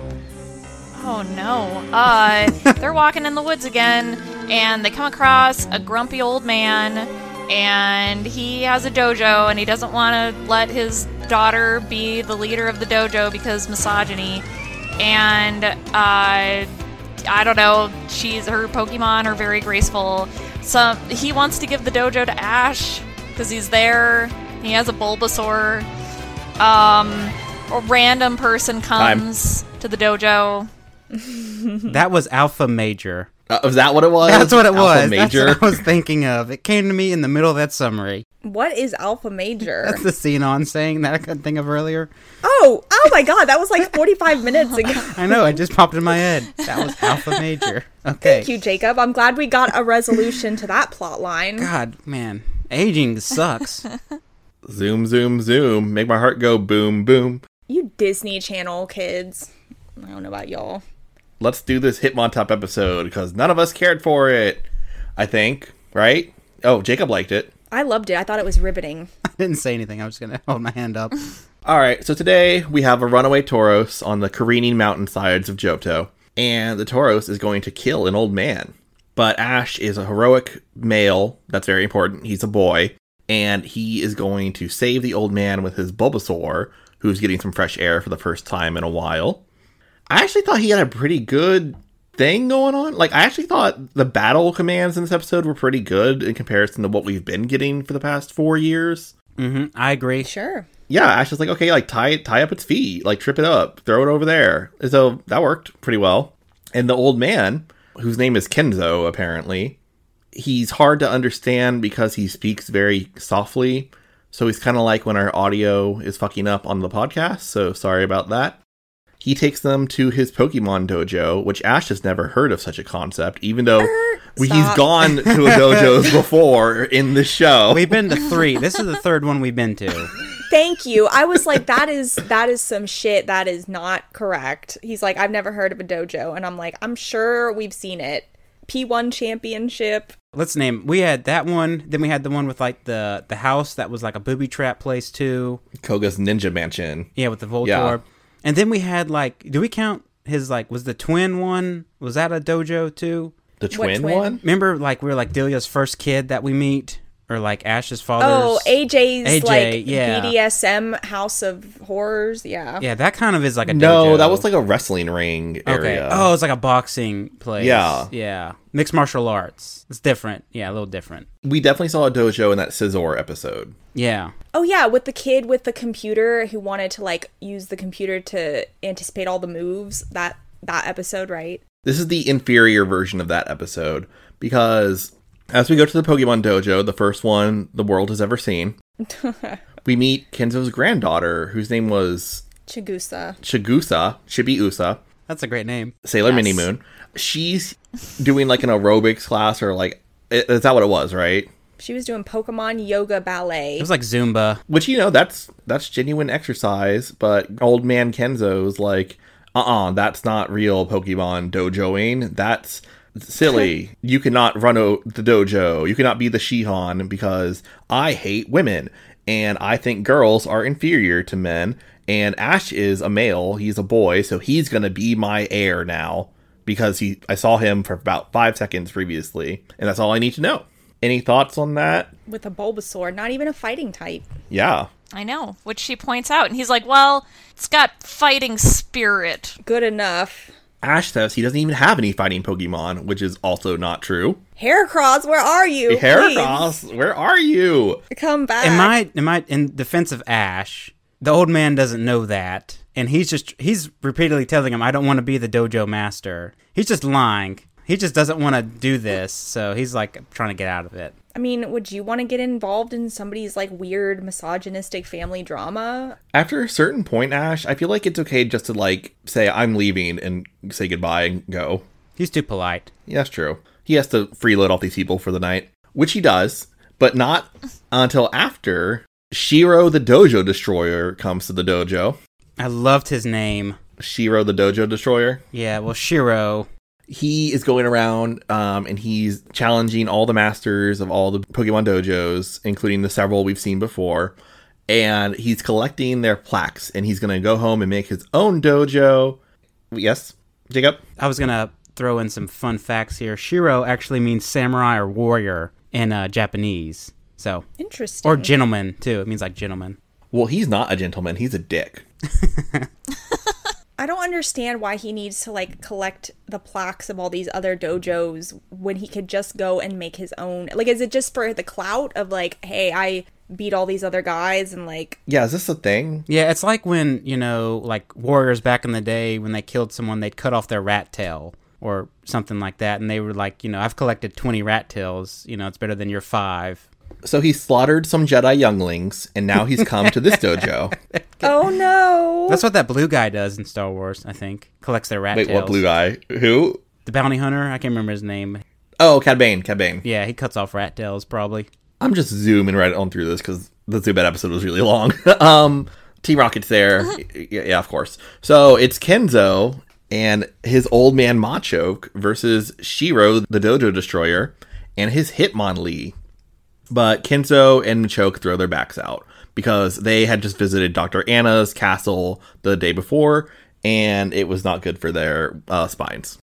Speaker 5: Oh no. Uh, they're walking in the woods again, and they come across a grumpy old man, and he has a dojo, and he doesn't want to let his daughter be the leader of the dojo because misogyny. And uh, I don't know, she's her Pokemon are very graceful. So he wants to give the dojo to Ash because he's there. He has a Bulbasaur. Um, a random person comes to the dojo.
Speaker 2: That was Alpha Major.
Speaker 3: Uh, is that what it was?
Speaker 2: That's what it
Speaker 3: Alpha
Speaker 2: was.
Speaker 3: Major.
Speaker 2: That's what I was thinking of. It came to me in the middle of that summary.
Speaker 4: What is Alpha Major?
Speaker 2: That's the scene on saying that I couldn't think of earlier.
Speaker 4: oh, oh my God, that was like forty five minutes ago.
Speaker 2: I know, it just popped in my head. That was Alpha Major. Okay.
Speaker 4: Thank you, Jacob. I'm glad we got a resolution to that plot line.
Speaker 2: God, man. Aging sucks.
Speaker 3: Zoom, zoom, zoom. Make my heart go boom, boom.
Speaker 4: You Disney Channel kids. I don't know about y'all.
Speaker 3: Let's do this Hitmontop episode because none of us cared for it. I think, right? Oh, Jacob liked it.
Speaker 4: I loved it. I thought it was riveting.
Speaker 2: I didn't say anything. I was going to hold my hand up.
Speaker 3: All right, so today we have a runaway Tauros on the careening mountainsides of Johto, and the Tauros is going to kill an old man. But Ash is a heroic male, that's very important. He's a boy, and he is going to save the old man with his Bulbasaur, who's getting some fresh air for the first time in a while. I actually thought he had a pretty good thing going on. Like, I actually thought the battle commands in this episode were pretty good in comparison to what we've been getting for the past four years
Speaker 2: hmm I agree.
Speaker 4: Sure.
Speaker 3: yeah, Ash is like, okay, like tie it, tie up its feet, like trip it up, throw it over there. And So that worked pretty well. And the old man, whose name is Kenzo, apparently, he's hard to understand because he speaks very softly. So he's kind of like when our audio is fucking up on the podcast. So sorry about that. He takes them to his Pokemon dojo, which Ash has never heard of such a concept, even though we, he's
Speaker 4: Stop.
Speaker 3: gone to dojos before in the show.
Speaker 2: We've been to three. This is the third one we've been to.
Speaker 4: Thank you. I was like, that is that is some shit that is not correct. He's like, I've never heard of a dojo, and I'm like, I'm sure we've seen it. P1 championship.
Speaker 2: Let's name. We had that one. Then we had the one with like the the house that was like a booby trap place too.
Speaker 3: Koga's Ninja Mansion.
Speaker 2: Yeah, with the Voltorb.
Speaker 3: Yeah.
Speaker 2: And then we had like, do we count his like? Was the twin one? Was that a dojo too?
Speaker 3: The twin,
Speaker 4: twin?
Speaker 3: one?
Speaker 2: Remember, like we were like Delia's first kid that we meet, or like Ash's father's.
Speaker 4: Oh, AJ's
Speaker 2: AJ,
Speaker 4: like
Speaker 2: yeah.
Speaker 4: BDSM House of Horrors. Yeah.
Speaker 2: Yeah, that kind of is like a
Speaker 3: No,
Speaker 2: dojo.
Speaker 3: that was like a wrestling ring
Speaker 2: okay.
Speaker 3: area.
Speaker 2: Oh, it's like a boxing place.
Speaker 3: Yeah.
Speaker 2: yeah, mixed martial arts. It's different. Yeah, a little different.
Speaker 3: We definitely saw a dojo in that Scizor episode.
Speaker 2: Yeah,
Speaker 4: Oh yeah, with the kid with the computer who wanted to like use the computer to anticipate all the moves. That that episode, right?
Speaker 3: This is the inferior version of that episode because as we go to the Pokemon Dojo, the first one the world has ever seen, we meet Kenzo's granddaughter, whose name was
Speaker 4: Chigusa.
Speaker 3: Shigusa, Shibiusa,
Speaker 2: that's a great name.
Speaker 3: Sailor Mini Moon. She's doing like an aerobics class or like, i- is that what it was, right?
Speaker 4: She was doing Pokemon yoga ballet.
Speaker 2: It was like Zumba.
Speaker 3: Which you know that's that's genuine exercise, but old man Kenzo's like, uh uh that's not real Pokemon dojoing. That's silly. you cannot run o- the dojo. You cannot be the Shihan because I hate women and I think girls are inferior to men. And Ash is a male. He's a boy, so he's gonna be my heir now because he. I saw him for about five seconds previously, and that's all I need to know. Any thoughts on that?
Speaker 4: with a Bulbasaur, not even a fighting type.
Speaker 3: Yeah.
Speaker 5: I know, which she points out, and he's like, "Well, it's got fighting spirit."
Speaker 4: Good enough.
Speaker 3: Ash says he doesn't even have any fighting Pokemon, which is also not true.
Speaker 4: Heracross, where are you? Please,
Speaker 3: Heracross, where are you?
Speaker 4: come back.
Speaker 2: Am I am I in defense of Ash? The old man doesn't know that, and he's just he's repeatedly telling him, "I don't want to be the dojo master." He's just lying. He just doesn't want to do this, so he's like trying to get out of it.
Speaker 4: I mean, would you want to get involved in somebody's like weird misogynistic family drama?
Speaker 3: After a certain point, Ash, I feel like it's okay just to like say I'm leaving and say goodbye and go.
Speaker 2: He's too polite.
Speaker 3: Yeah, that's true. He has to freeload off these people for the night, which he does, but not until after Shiro the Dojo Destroyer comes to the dojo.
Speaker 2: I loved his name.
Speaker 3: Shiro the Dojo Destroyer.
Speaker 2: Yeah, well, Shiro.
Speaker 3: he is going around um, and he's challenging all the masters of all the Pokemon dojos, including the several we've seen before. And he's collecting their plaques and he's going to go home and make his own dojo. Yes, Jacob?
Speaker 2: I was gonna throw in some fun facts here. Shiro actually means samurai or warrior in uh, Japanese. So,
Speaker 4: Interesting.
Speaker 2: or gentleman too. It means like gentleman.
Speaker 3: Well, he's not a gentleman, he's a dick.
Speaker 4: I don't understand why he needs to like collect the plaques of all these other dojos when he could just go and make his own. Like, is it just for the clout of like, hey, I beat all these other guys and like
Speaker 3: Yeah, is this a thing?
Speaker 2: Yeah, it's like when, you know, like warriors back in the day, when they killed someone, they'd cut off their rat tail or something like that. And they were like, you know, I've collected 20 rat tails. You know, it's better than your five.
Speaker 3: So he slaughtered some Jedi younglings and now he's come to this dojo.
Speaker 4: Oh no.
Speaker 2: That's what that blue guy does in Star Wars, I think. Collects their rat
Speaker 3: Wait,
Speaker 2: tails.
Speaker 3: what blue guy? Who?
Speaker 2: The bounty hunter. I can't remember his name.
Speaker 3: Oh, Cad Bane, Cad Bane.
Speaker 2: Yeah, he cuts off rat tails, probably.
Speaker 3: I'm just zooming right on through this because the Zubat episode was really long. um, Team Rocket's there.
Speaker 4: Uh-huh.
Speaker 3: Y- y- yeah, of course. So it's Kenzo and his old man Machoke versus Shiro, the Dojo Destroyer, and his Hitmonlee. But Kenzo and Machoke throw their backs out because they had just visited Dr. Anna's castle the day before, and it was not good for their uh, spines.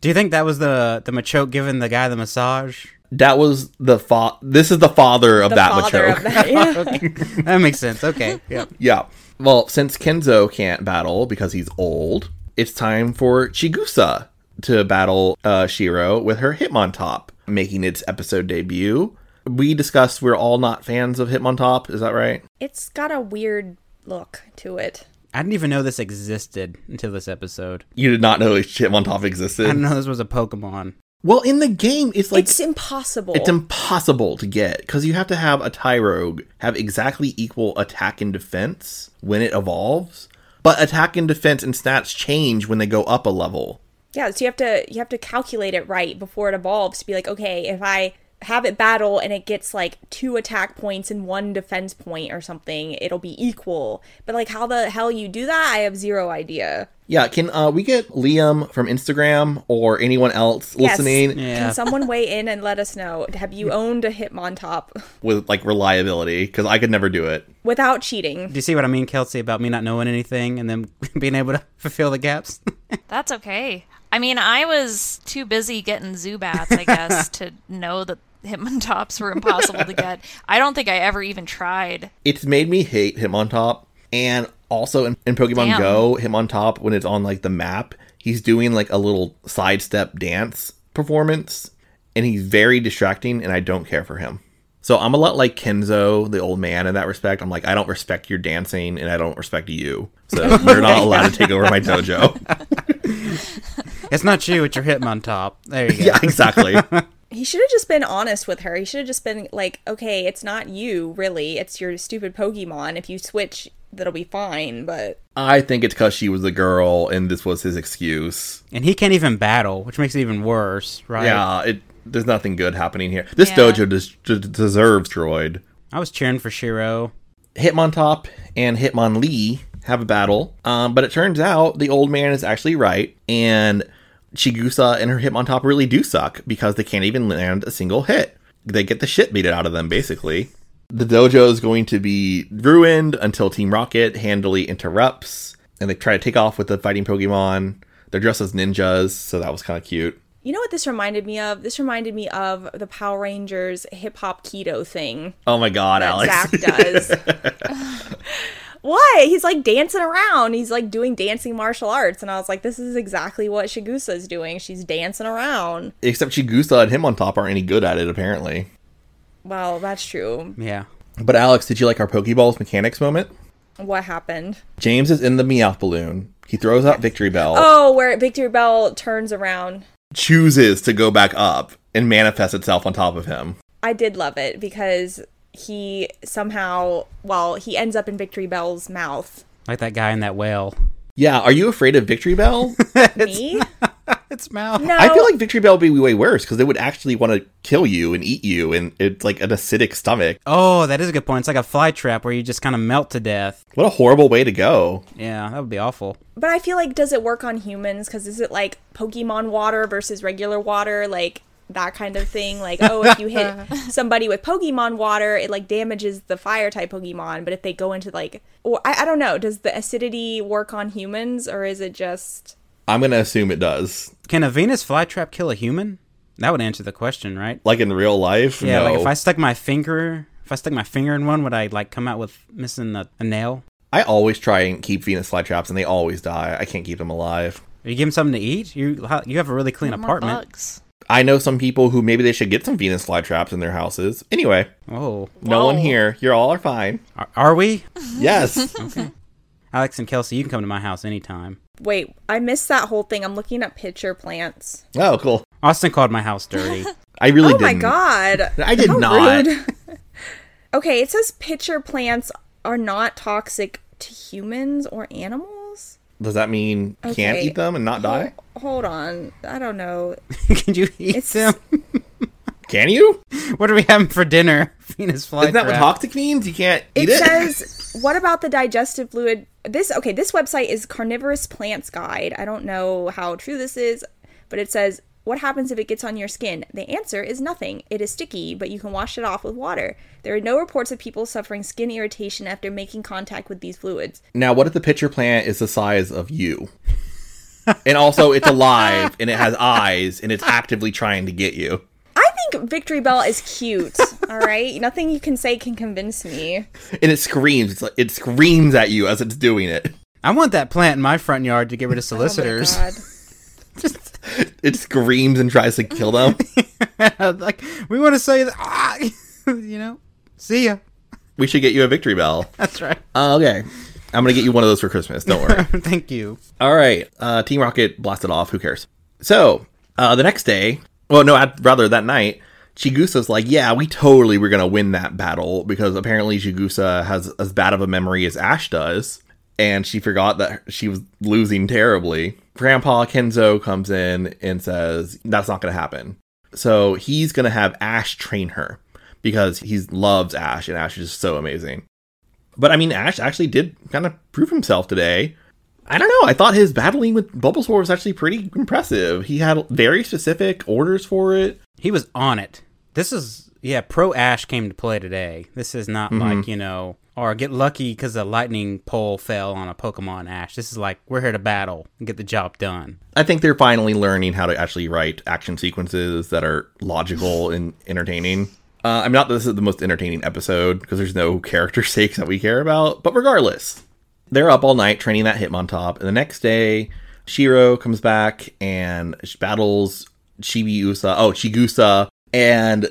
Speaker 2: Do you think that was the the Machoke giving the guy the massage?
Speaker 3: That was the fa- This is the father of
Speaker 4: The
Speaker 3: that
Speaker 4: father
Speaker 3: Machoke.
Speaker 4: of that. Yeah.
Speaker 2: That makes sense. Okay. Yeah.
Speaker 3: Yeah. Well, since Kenzo can't battle because he's old, it's time for Chigusa to battle uh, Shiro with her Hitmontop, making its episode debut. We discussed we're all not fans of Hitmontop. Is that right?
Speaker 4: it's got a weird look to it.
Speaker 2: I didn't even know this existed until this episode.
Speaker 3: You did not know Hitmontop
Speaker 2: I didn't
Speaker 3: existed.
Speaker 2: know this was a Pokemon.
Speaker 3: Well, in the game, it's like
Speaker 4: it's
Speaker 3: it's,
Speaker 4: impossible.
Speaker 3: impossible to get because you have to have a Tyrogue have exactly equal attack and defense when it evolves. But attack and defense and stats change when they go up a level.
Speaker 4: yeah, so you have to you have to calculate it right before it evolves to be like, okay, if I have it battle and it gets like two attack points and one defense point or something, it'll be equal. But like how the hell you do that, I have zero idea.
Speaker 3: Yeah, can uh, we get Liam from Instagram or anyone else listening
Speaker 4: Yes.
Speaker 2: Yeah.
Speaker 4: Can someone weigh in and let us know? Have you owned a Hitmontop
Speaker 3: with like reliability? Because I could never do it.
Speaker 4: without cheating?
Speaker 2: Do you see what I mean, Kelsey, about me not knowing anything and then being able to fulfill the gaps?
Speaker 5: That's okay. I mean, I was too busy getting Zubats, I guess, to know that Hitmontops were impossible to get. I don't think I ever even tried.
Speaker 3: It's made me hate him on top, and also in, in Pokemon
Speaker 5: Damn.
Speaker 3: Go, him on top when it's on like the map, he's doing like a little sidestep dance performance, and he's very distracting, and I don't care for him. So I'm a lot like Kenzo, the old man, in that respect. I'm like, I don't respect your dancing, and I don't respect you. So you're not allowed to take over my dojo.
Speaker 2: it's not you, it's your Hitmontop. There you go.
Speaker 3: yeah, exactly.
Speaker 4: He should have just been honest with her. He should have just been like, okay, it's not you, really. It's your stupid Pokemon. If you switch, that'll be fine. But
Speaker 3: I think it's because she was a girl and this was his excuse.
Speaker 2: And he can't even battle, which makes it even worse, right?
Speaker 3: Yeah, it there's nothing good happening here. This
Speaker 5: Yeah.
Speaker 3: dojo des- d- deserves droid.
Speaker 2: I was cheering for Shiro.
Speaker 3: Hitmontop and Hitmonlee have a battle, um, but it turns out the old man is actually right, and Chigusa and her Hitmontop really do suck because they can't even land a single hit. They get the shit beat out of them, basically. The dojo is going to be ruined until Team Rocket handily interrupts, and they try to take off with the fighting Pokemon. They're dressed as ninjas, so that was kind of cute.
Speaker 4: You know what this reminded me of? This reminded me of the Power Rangers hip hop keto thing
Speaker 3: Oh my god,
Speaker 4: that
Speaker 3: Alex.
Speaker 4: Zach does. what? He's like dancing around. He's like doing dancing martial arts. And I was like, this is exactly what Shigusa is doing. She's dancing around.
Speaker 3: Except Chigusa and him on top aren't any good at it, apparently.
Speaker 4: Well, that's true.
Speaker 2: Yeah.
Speaker 3: But Alex, did you like our Pokeballs mechanics moment?
Speaker 4: What happened?
Speaker 3: James is in the Meowth balloon. He throws out Victory Bell,
Speaker 4: Oh, where Victor Bell turns around.
Speaker 3: chooses to go back up, and manifests itself on top of him.
Speaker 4: I did love it because he somehow, well, he ends up in Victory Bell's mouth.
Speaker 2: Like that guy in that whale.
Speaker 3: Yeah, are you afraid of Victory Bell?
Speaker 4: Me?
Speaker 2: It's mouth.
Speaker 4: No.
Speaker 3: I feel like Victory Bell would be way worse because they would actually want to kill you and eat you, and it's like an acidic stomach.
Speaker 2: Oh, that is a good point. It's like a fly trap where you just kind of melt to death.
Speaker 3: What a horrible way to go.
Speaker 2: Yeah, that would be awful.
Speaker 4: But I feel like does it work on humans? Because is it like Pokemon water versus regular water, like that kind of thing? Like oh, if you hit somebody with Pokemon water, it like damages the fire type Pokemon. But if they go into like, or I, I don't know, does the acidity work on humans or is it just?
Speaker 3: I'm going to assume it does.
Speaker 2: Can a Venus flytrap kill a human? That would answer the question, right?
Speaker 3: Like in real life?
Speaker 2: Yeah,
Speaker 3: no.
Speaker 2: like if I stuck my finger, if I stuck my finger in one, would I like come out with missing a, a nail?
Speaker 3: I always try and keep Venus flytraps, and they always die. I can't keep them alive.
Speaker 2: Or you give them something to eat? You how, you have a really clean
Speaker 5: More
Speaker 2: apartment.
Speaker 5: bugs.
Speaker 3: I know some people who maybe they should get some Venus flytraps in their houses. Anyway,
Speaker 2: Whoa,
Speaker 3: no
Speaker 5: Whoa.
Speaker 3: one here. You're all are fine.
Speaker 2: are, Oh. are we?
Speaker 3: Yes.
Speaker 2: Alex and Kelsey, you can come to my house anytime.
Speaker 4: Wait, I missed that whole thing. I'm looking at pitcher plants.
Speaker 3: oh, cool.
Speaker 2: Austin called my house dirty.
Speaker 3: I really
Speaker 4: oh
Speaker 3: didn't.
Speaker 4: my god!
Speaker 3: I did
Speaker 4: How
Speaker 3: not.
Speaker 4: rude. okay, it says pitcher plants are not toxic to humans or animals.
Speaker 3: Does that mean can't
Speaker 4: Okay.
Speaker 3: eat them and not die?
Speaker 4: Hold on. I don't know.
Speaker 2: can you eat
Speaker 4: It's-
Speaker 2: them?
Speaker 3: Can you?
Speaker 2: What are we having for dinner? Venus flytrap.
Speaker 3: Isn't that what toxic means? You can't eat
Speaker 4: It
Speaker 3: it.
Speaker 4: says, what about the digestive fluid? This, okay, this website is Carnivorous Plants Guide. I don't know how true this is, but it says, what happens if it gets on your skin? The answer is nothing. It is sticky, but you can wash it off with water. There are no reports of people suffering skin irritation after making contact with these fluids.
Speaker 3: now, what if the pitcher plant is the size of you? and also, it's alive and it has eyes and it's actively trying to get you.
Speaker 4: I think Victory Bell is cute, all right? Nothing you can say can convince me.
Speaker 3: And it screams. It's like, it screams at you as it's doing it.
Speaker 2: I want that plant in my front yard to get rid of
Speaker 4: Oh my
Speaker 2: solicitors.
Speaker 4: God.
Speaker 3: It screams and tries to kill them.
Speaker 2: like we want to say that. Ah, you know, see ya.
Speaker 3: we should get you a victory bell.
Speaker 2: That's right.
Speaker 3: Uh, okay. I'm going to get you one of those for Christmas. Don't worry.
Speaker 2: Thank you.
Speaker 3: All right. Uh, Team Rocket blasted off. Who cares? So uh, the next day, well, no, I'd rather that night, Chigusa's like, yeah, we totally were going to win that battle because apparently Chigusa has as bad of a memory as Ash does. And she forgot that she was losing terribly. Grandpa Kenzo comes in and says, that's not going to happen. So he's going to have Ash train her because he loves Ash and Ash is just so amazing. But I mean, Ash actually did kind of prove himself today. I don't know. I thought his battling with Bulbasaur was actually pretty impressive. He had very specific orders for it.
Speaker 2: He was on it. This is yeah. Pro Ash came to play today. This is not
Speaker 3: Mm-hmm.
Speaker 2: like you know or get lucky because a lightning pole fell on a Pokemon Ash. This is like we're here to battle and get the job done.
Speaker 3: I think they're finally learning how to actually write action sequences that are logical and entertaining. Uh, I'm not that this is the most entertaining episode because there's no character stakes that we care about, but regardless, they're up all night training that Hitmontop, and the next day, Shiro comes back and she battles Chibiusa. Oh, Chigusa, and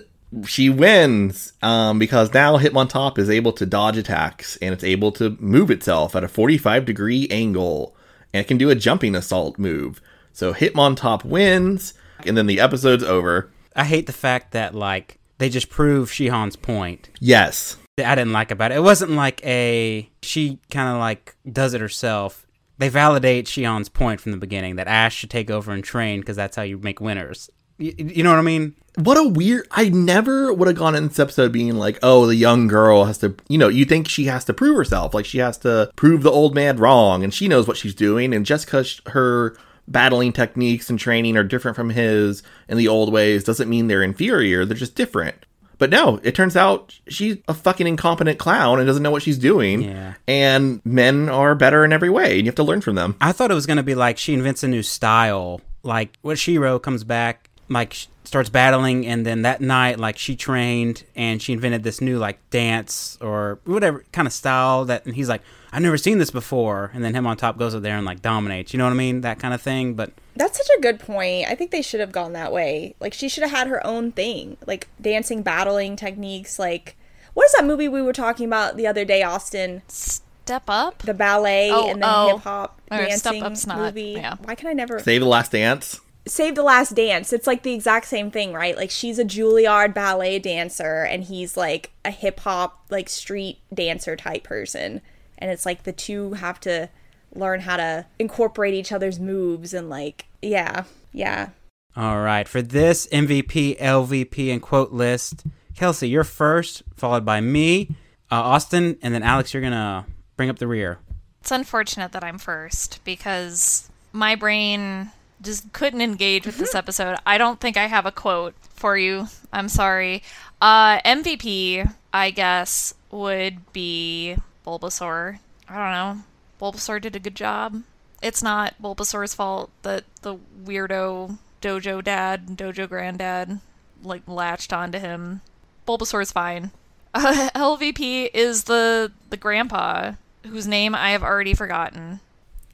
Speaker 3: she wins um, because now Hitmontop is able to dodge attacks and it's able to move itself at a 45 degree angle, and it can do a jumping assault move. So Hitmontop wins, and then the episode's over.
Speaker 2: I hate the fact that like they just prove Shihan's point.
Speaker 3: Yes,
Speaker 2: that I didn't like about it. It wasn't like a she kind of like does it herself. They validate Shion's point from the beginning that Ash should take over and train because that's how you make winners. You, you know what I mean?
Speaker 3: what a weird i never would have gone in this episode being like oh the young girl has to you know you think she has to prove herself like she has to prove the old man wrong and she knows what she's doing and just because her battling techniques and training are different from his in the old ways doesn't mean they're inferior they're just different but no it turns out she's a fucking incompetent clown and doesn't know what she's doing
Speaker 2: Yeah.
Speaker 3: and men are better in every way and you have to learn from them
Speaker 2: I thought it was gonna be like she invents a new style, like when Shiro comes back, like sh- starts battling, and then that night, like she trained and she invented this new like dance or whatever kind of style that, and he's like, I've never seen this before, and then him on top goes up there and like dominates. You know what I mean? That kind of thing. But
Speaker 4: That's such a good point. I think they should have gone that way. Like she should have had her own thing, like dancing, battling techniques. Like what is that movie we were talking about the other day, Austin?
Speaker 5: Step up.
Speaker 4: The ballet
Speaker 5: Oh,
Speaker 4: and the
Speaker 5: oh.
Speaker 4: hip hop
Speaker 5: Or Step
Speaker 4: dancing
Speaker 5: Up's not,
Speaker 4: movie.
Speaker 5: yeah.
Speaker 4: Why can I never
Speaker 3: save the last dance
Speaker 4: Save the Last Dance? It's like the exact same thing, right? Like she's a Juilliard ballet dancer and he's like a hip hop like street dancer type person, and it's like the two have to learn how to incorporate each other's moves and like yeah, yeah.
Speaker 2: All right. For this MVP, LVP, and quote list, Kelsey, you're first, followed by me, uh, Austin, and then Alex, you're going to bring up the rear.
Speaker 5: It's unfortunate that I'm first because my brain just couldn't engage with this episode. I don't think I have a quote for you. I'm sorry. Uh, MVP, I guess, would be Bulbasaur. I don't know. Bulbasaur did a good job. It's not Bulbasaur's fault that the weirdo dojo dad, dojo granddad, like latched onto him. Bulbasaur's fine. Uh, LVP is the the grandpa whose name I have already forgotten.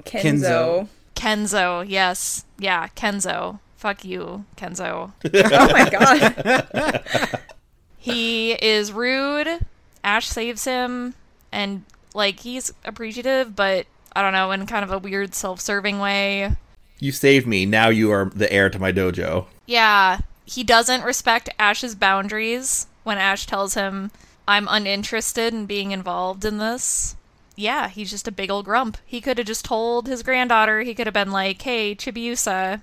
Speaker 2: Kenzo.
Speaker 4: Kenzo.
Speaker 5: Kenzo. Yes. Yeah, Kenzo. Fuck you, Kenzo.
Speaker 4: Oh my god.
Speaker 5: He is rude. Ash saves him and like he's appreciative, but I don't know, in kind of a weird self-serving way.
Speaker 3: you saved me now you are the heir to my dojo
Speaker 5: Yeah, he doesn't respect Ash's boundaries when Ash tells him, I'm uninterested in being involved in this. Yeah, he's just a big old grump. He could have just told his granddaughter, he could have been like, hey, Chibiusa,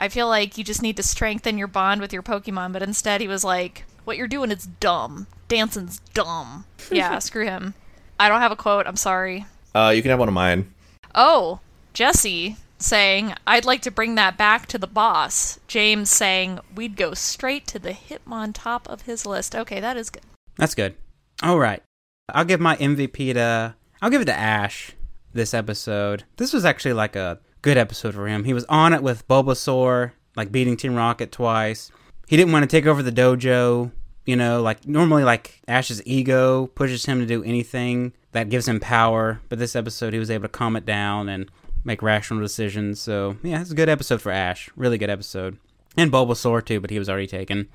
Speaker 5: I feel like you just need to strengthen your bond with your Pokemon. But instead, he was like, What you're doing is dumb. Dancing's dumb. Yeah, screw him. I don't have a quote. I'm sorry.
Speaker 3: Uh, you can have one of mine.
Speaker 5: Oh, Jesse saying, I'd like to bring that back to the boss. James saying, we'd go straight to the Hitmon top of his list. Okay, that is good.
Speaker 2: That's good. All right. I'll give my MVP to I'll give it to Ash this episode. This was actually like a good episode for him. He was on it with Bulbasaur, like beating Team Rocket twice. He didn't want to take over the dojo, you know, like normally like Ash's ego pushes him to do anything that gives him power, but this episode he was able to calm it down and make rational decisions. So, yeah, it's a good episode for Ash. Really good episode. And Bulbasaur too, but he was already taken.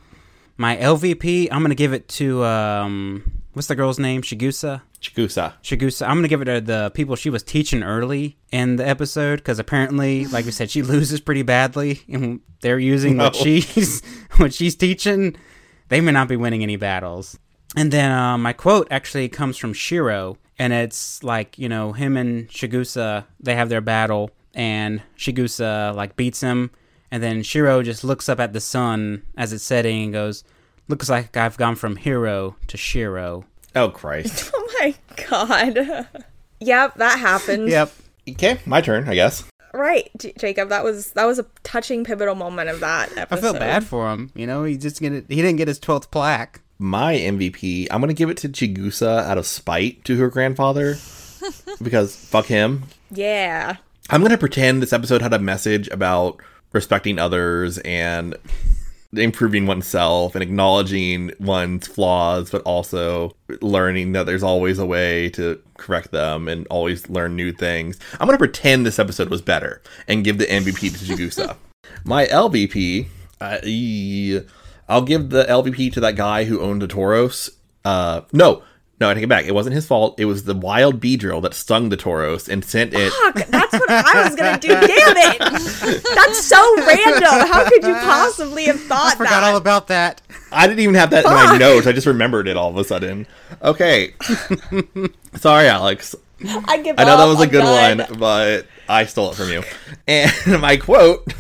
Speaker 2: My LVP, I'm gonna give it to um, what's the girl's name? Shigusa.
Speaker 3: Chigusa.
Speaker 2: Shigusa. I'm gonna give it to the people she was teaching early in the episode because apparently, like we said, she loses pretty badly, and they're using what
Speaker 3: No.
Speaker 2: she's what she's teaching. They may not be winning any battles. And then uh, my quote actually comes from Shiro, and it's like you know him and Shigusa they have their battle, and Shigusa like beats him, and then Shiro just looks up at the sun as it's setting and goes, "Looks like I've gone from hero to Shiro."
Speaker 3: Oh Christ.
Speaker 4: Oh my god. yep, that happened.
Speaker 2: Yep.
Speaker 3: okay, my turn, I guess.
Speaker 4: Right, J- Jacob. That was that was a touching pivotal moment of that episode.
Speaker 2: I feel bad for him. You know, he just get it, he didn't get his twelfth plaque.
Speaker 3: My MVP, I'm gonna give it to Chigusa out of spite to her grandfather. because fuck him.
Speaker 4: Yeah.
Speaker 3: I'm gonna pretend this episode had a message about respecting others and improving oneself and acknowledging one's flaws, but also learning that there's always a way to correct them and always learn new things. I'm gonna pretend this episode was better and give the MVP to Jagusa. My LVP, uh, e- I'll give the LVP to that guy who owned a Tauros. Uh, no. No, I take it back. It wasn't his fault. It was the wild bee drill that stung the Tauros and sent it.
Speaker 4: Fuck, that's what I was gonna do. Damn it! That's so random. How could you possibly have thought that?
Speaker 2: about that.
Speaker 3: I didn't even have that in my notes. I just remembered it all of a sudden. Okay. Sorry, Alex.
Speaker 4: I give
Speaker 3: I know that
Speaker 4: up.
Speaker 3: was a
Speaker 4: I'm
Speaker 3: good
Speaker 4: done.
Speaker 3: one, but I stole it from you. And my quote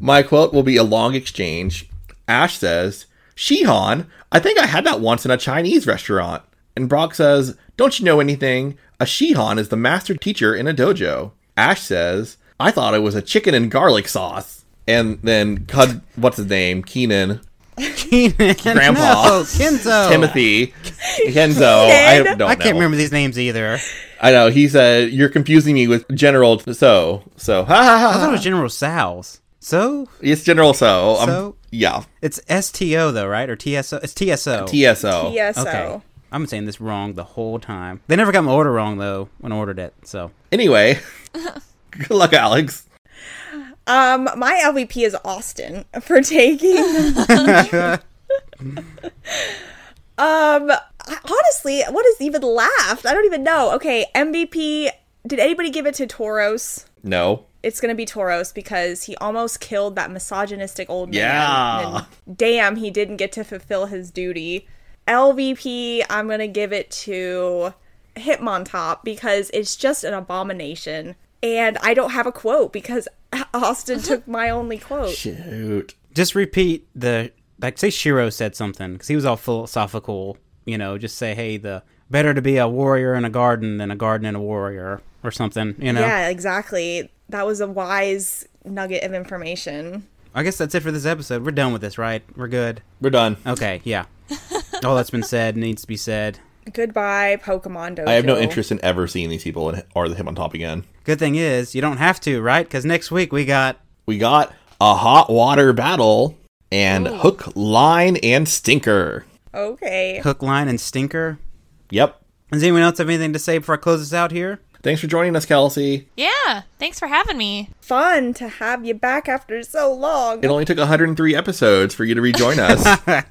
Speaker 3: My quote will be a long exchange. Ash says, Shihan, I think I had that once in a Chinese restaurant. And Brock says, Don't you know anything? A Shihan is the master teacher in a dojo. Ash says, I thought it was a chicken and garlic sauce. And then, Cud- what's his name? Keenan
Speaker 2: Keenan,
Speaker 3: Grandpa.
Speaker 2: no, Kenzo,
Speaker 3: Timothy, Kenzo. I
Speaker 4: Sid.
Speaker 3: don't know.
Speaker 2: I can't remember these names either.
Speaker 3: I know. He said, "You're confusing me with General So." So, ha ha ha.
Speaker 2: I thought it
Speaker 3: ha.
Speaker 2: was General Sal's. So
Speaker 3: It's General So. Um,
Speaker 2: So?
Speaker 3: yeah,
Speaker 2: it's STO though, right? Or TSO? It's TSO.
Speaker 3: TSO.
Speaker 4: Yeah, so
Speaker 2: Okay. I'm saying this wrong the whole time. They never got my order wrong though when I ordered it. So
Speaker 3: Anyway, good luck, Alex.
Speaker 4: um, my LVP is Austin for taking. um, I- honestly, what is even laughed? I don't even know. Okay, MVP. Did anybody give it to Toros?
Speaker 3: No.
Speaker 4: it's gonna be Toros because he almost killed that misogynistic old man.
Speaker 3: Yeah.
Speaker 4: And damn, he didn't get to fulfill his duty. LVP, I'm gonna give it to Hitmontop because it's just an abomination. And I don't have a quote because Austin took my only quote.
Speaker 3: Shoot.
Speaker 2: just repeat the like. Say Shiro said something because he was all philosophical. You know, just say, "Hey, the better to be a warrior in a garden than a garden in a warrior," or something. You know.
Speaker 4: Yeah, exactly. That was a wise nugget of information.
Speaker 2: I guess that's it for this episode. We're done with this, right? We're good.
Speaker 3: We're done.
Speaker 2: Okay, yeah. All that's been said needs to be said.
Speaker 4: Goodbye, Pokemon Dojo.
Speaker 3: I have no interest in ever seeing these people and or the him on top again.
Speaker 2: Good thing is, you don't have to, right? Because next week we got.
Speaker 3: We got a hot water battle and hook, line, and stinker.
Speaker 4: Okay.
Speaker 2: Hook, line, and stinker.
Speaker 3: Yep.
Speaker 2: Does anyone else have anything to say before I close this out here?
Speaker 3: Thanks for joining us, Kelsey.
Speaker 5: Yeah, thanks for having me.
Speaker 4: Fun to have you back after so long.
Speaker 3: It only took 103 episodes for you to rejoin us.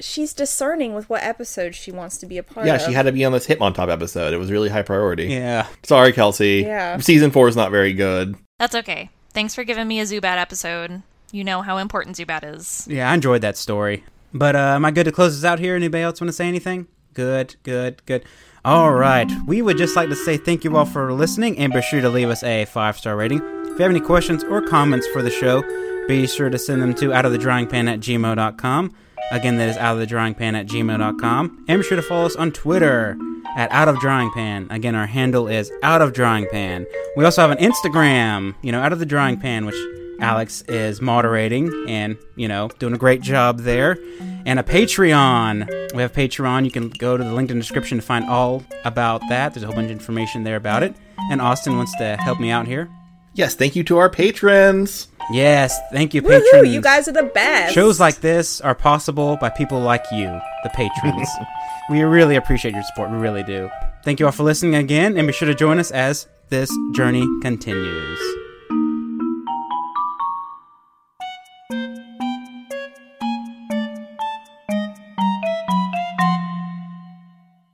Speaker 4: she's discerning with what episode she wants to be a part
Speaker 3: Yeah,
Speaker 4: of.
Speaker 3: she had to be on this Hitmontop episode. It was really high priority.
Speaker 2: Yeah.
Speaker 3: Sorry, Kelsey.
Speaker 4: Yeah.
Speaker 3: Season four is not very good.
Speaker 5: That's okay. Thanks for giving me a Zubat episode. You know how important Zubat is.
Speaker 2: Yeah, I enjoyed that story. But uh, am I good to close this out here? Anybody else want to say anything? Good, good, good. All right. We would just like to say thank you all for listening and be sure to leave us a five star rating. If you have any questions or comments for the show, be sure to send them to out of the drying pan at gmail.com. Again, that is out of the drawing pan at gmail.com. And be sure to follow us on Twitter at out of drawing pan. Again, our handle is out of drawing pan. We also have an Instagram, you know, out of the drawing pan, which Alex is moderating and, you know, doing a great job there. And a Patreon. We have Patreon. You can go to the LinkedIn description to find all about that. There's a whole bunch of information there about it. And Austin wants to help me out here.
Speaker 3: Yes, thank you to our patrons.
Speaker 2: Yes, thank you,
Speaker 4: Woohoo,
Speaker 2: patrons.
Speaker 4: you guys are the best.
Speaker 2: Shows like this are possible by people like you, the patrons. we really appreciate your support. We really do. Thank you all for listening again, and be sure to join us as this journey continues.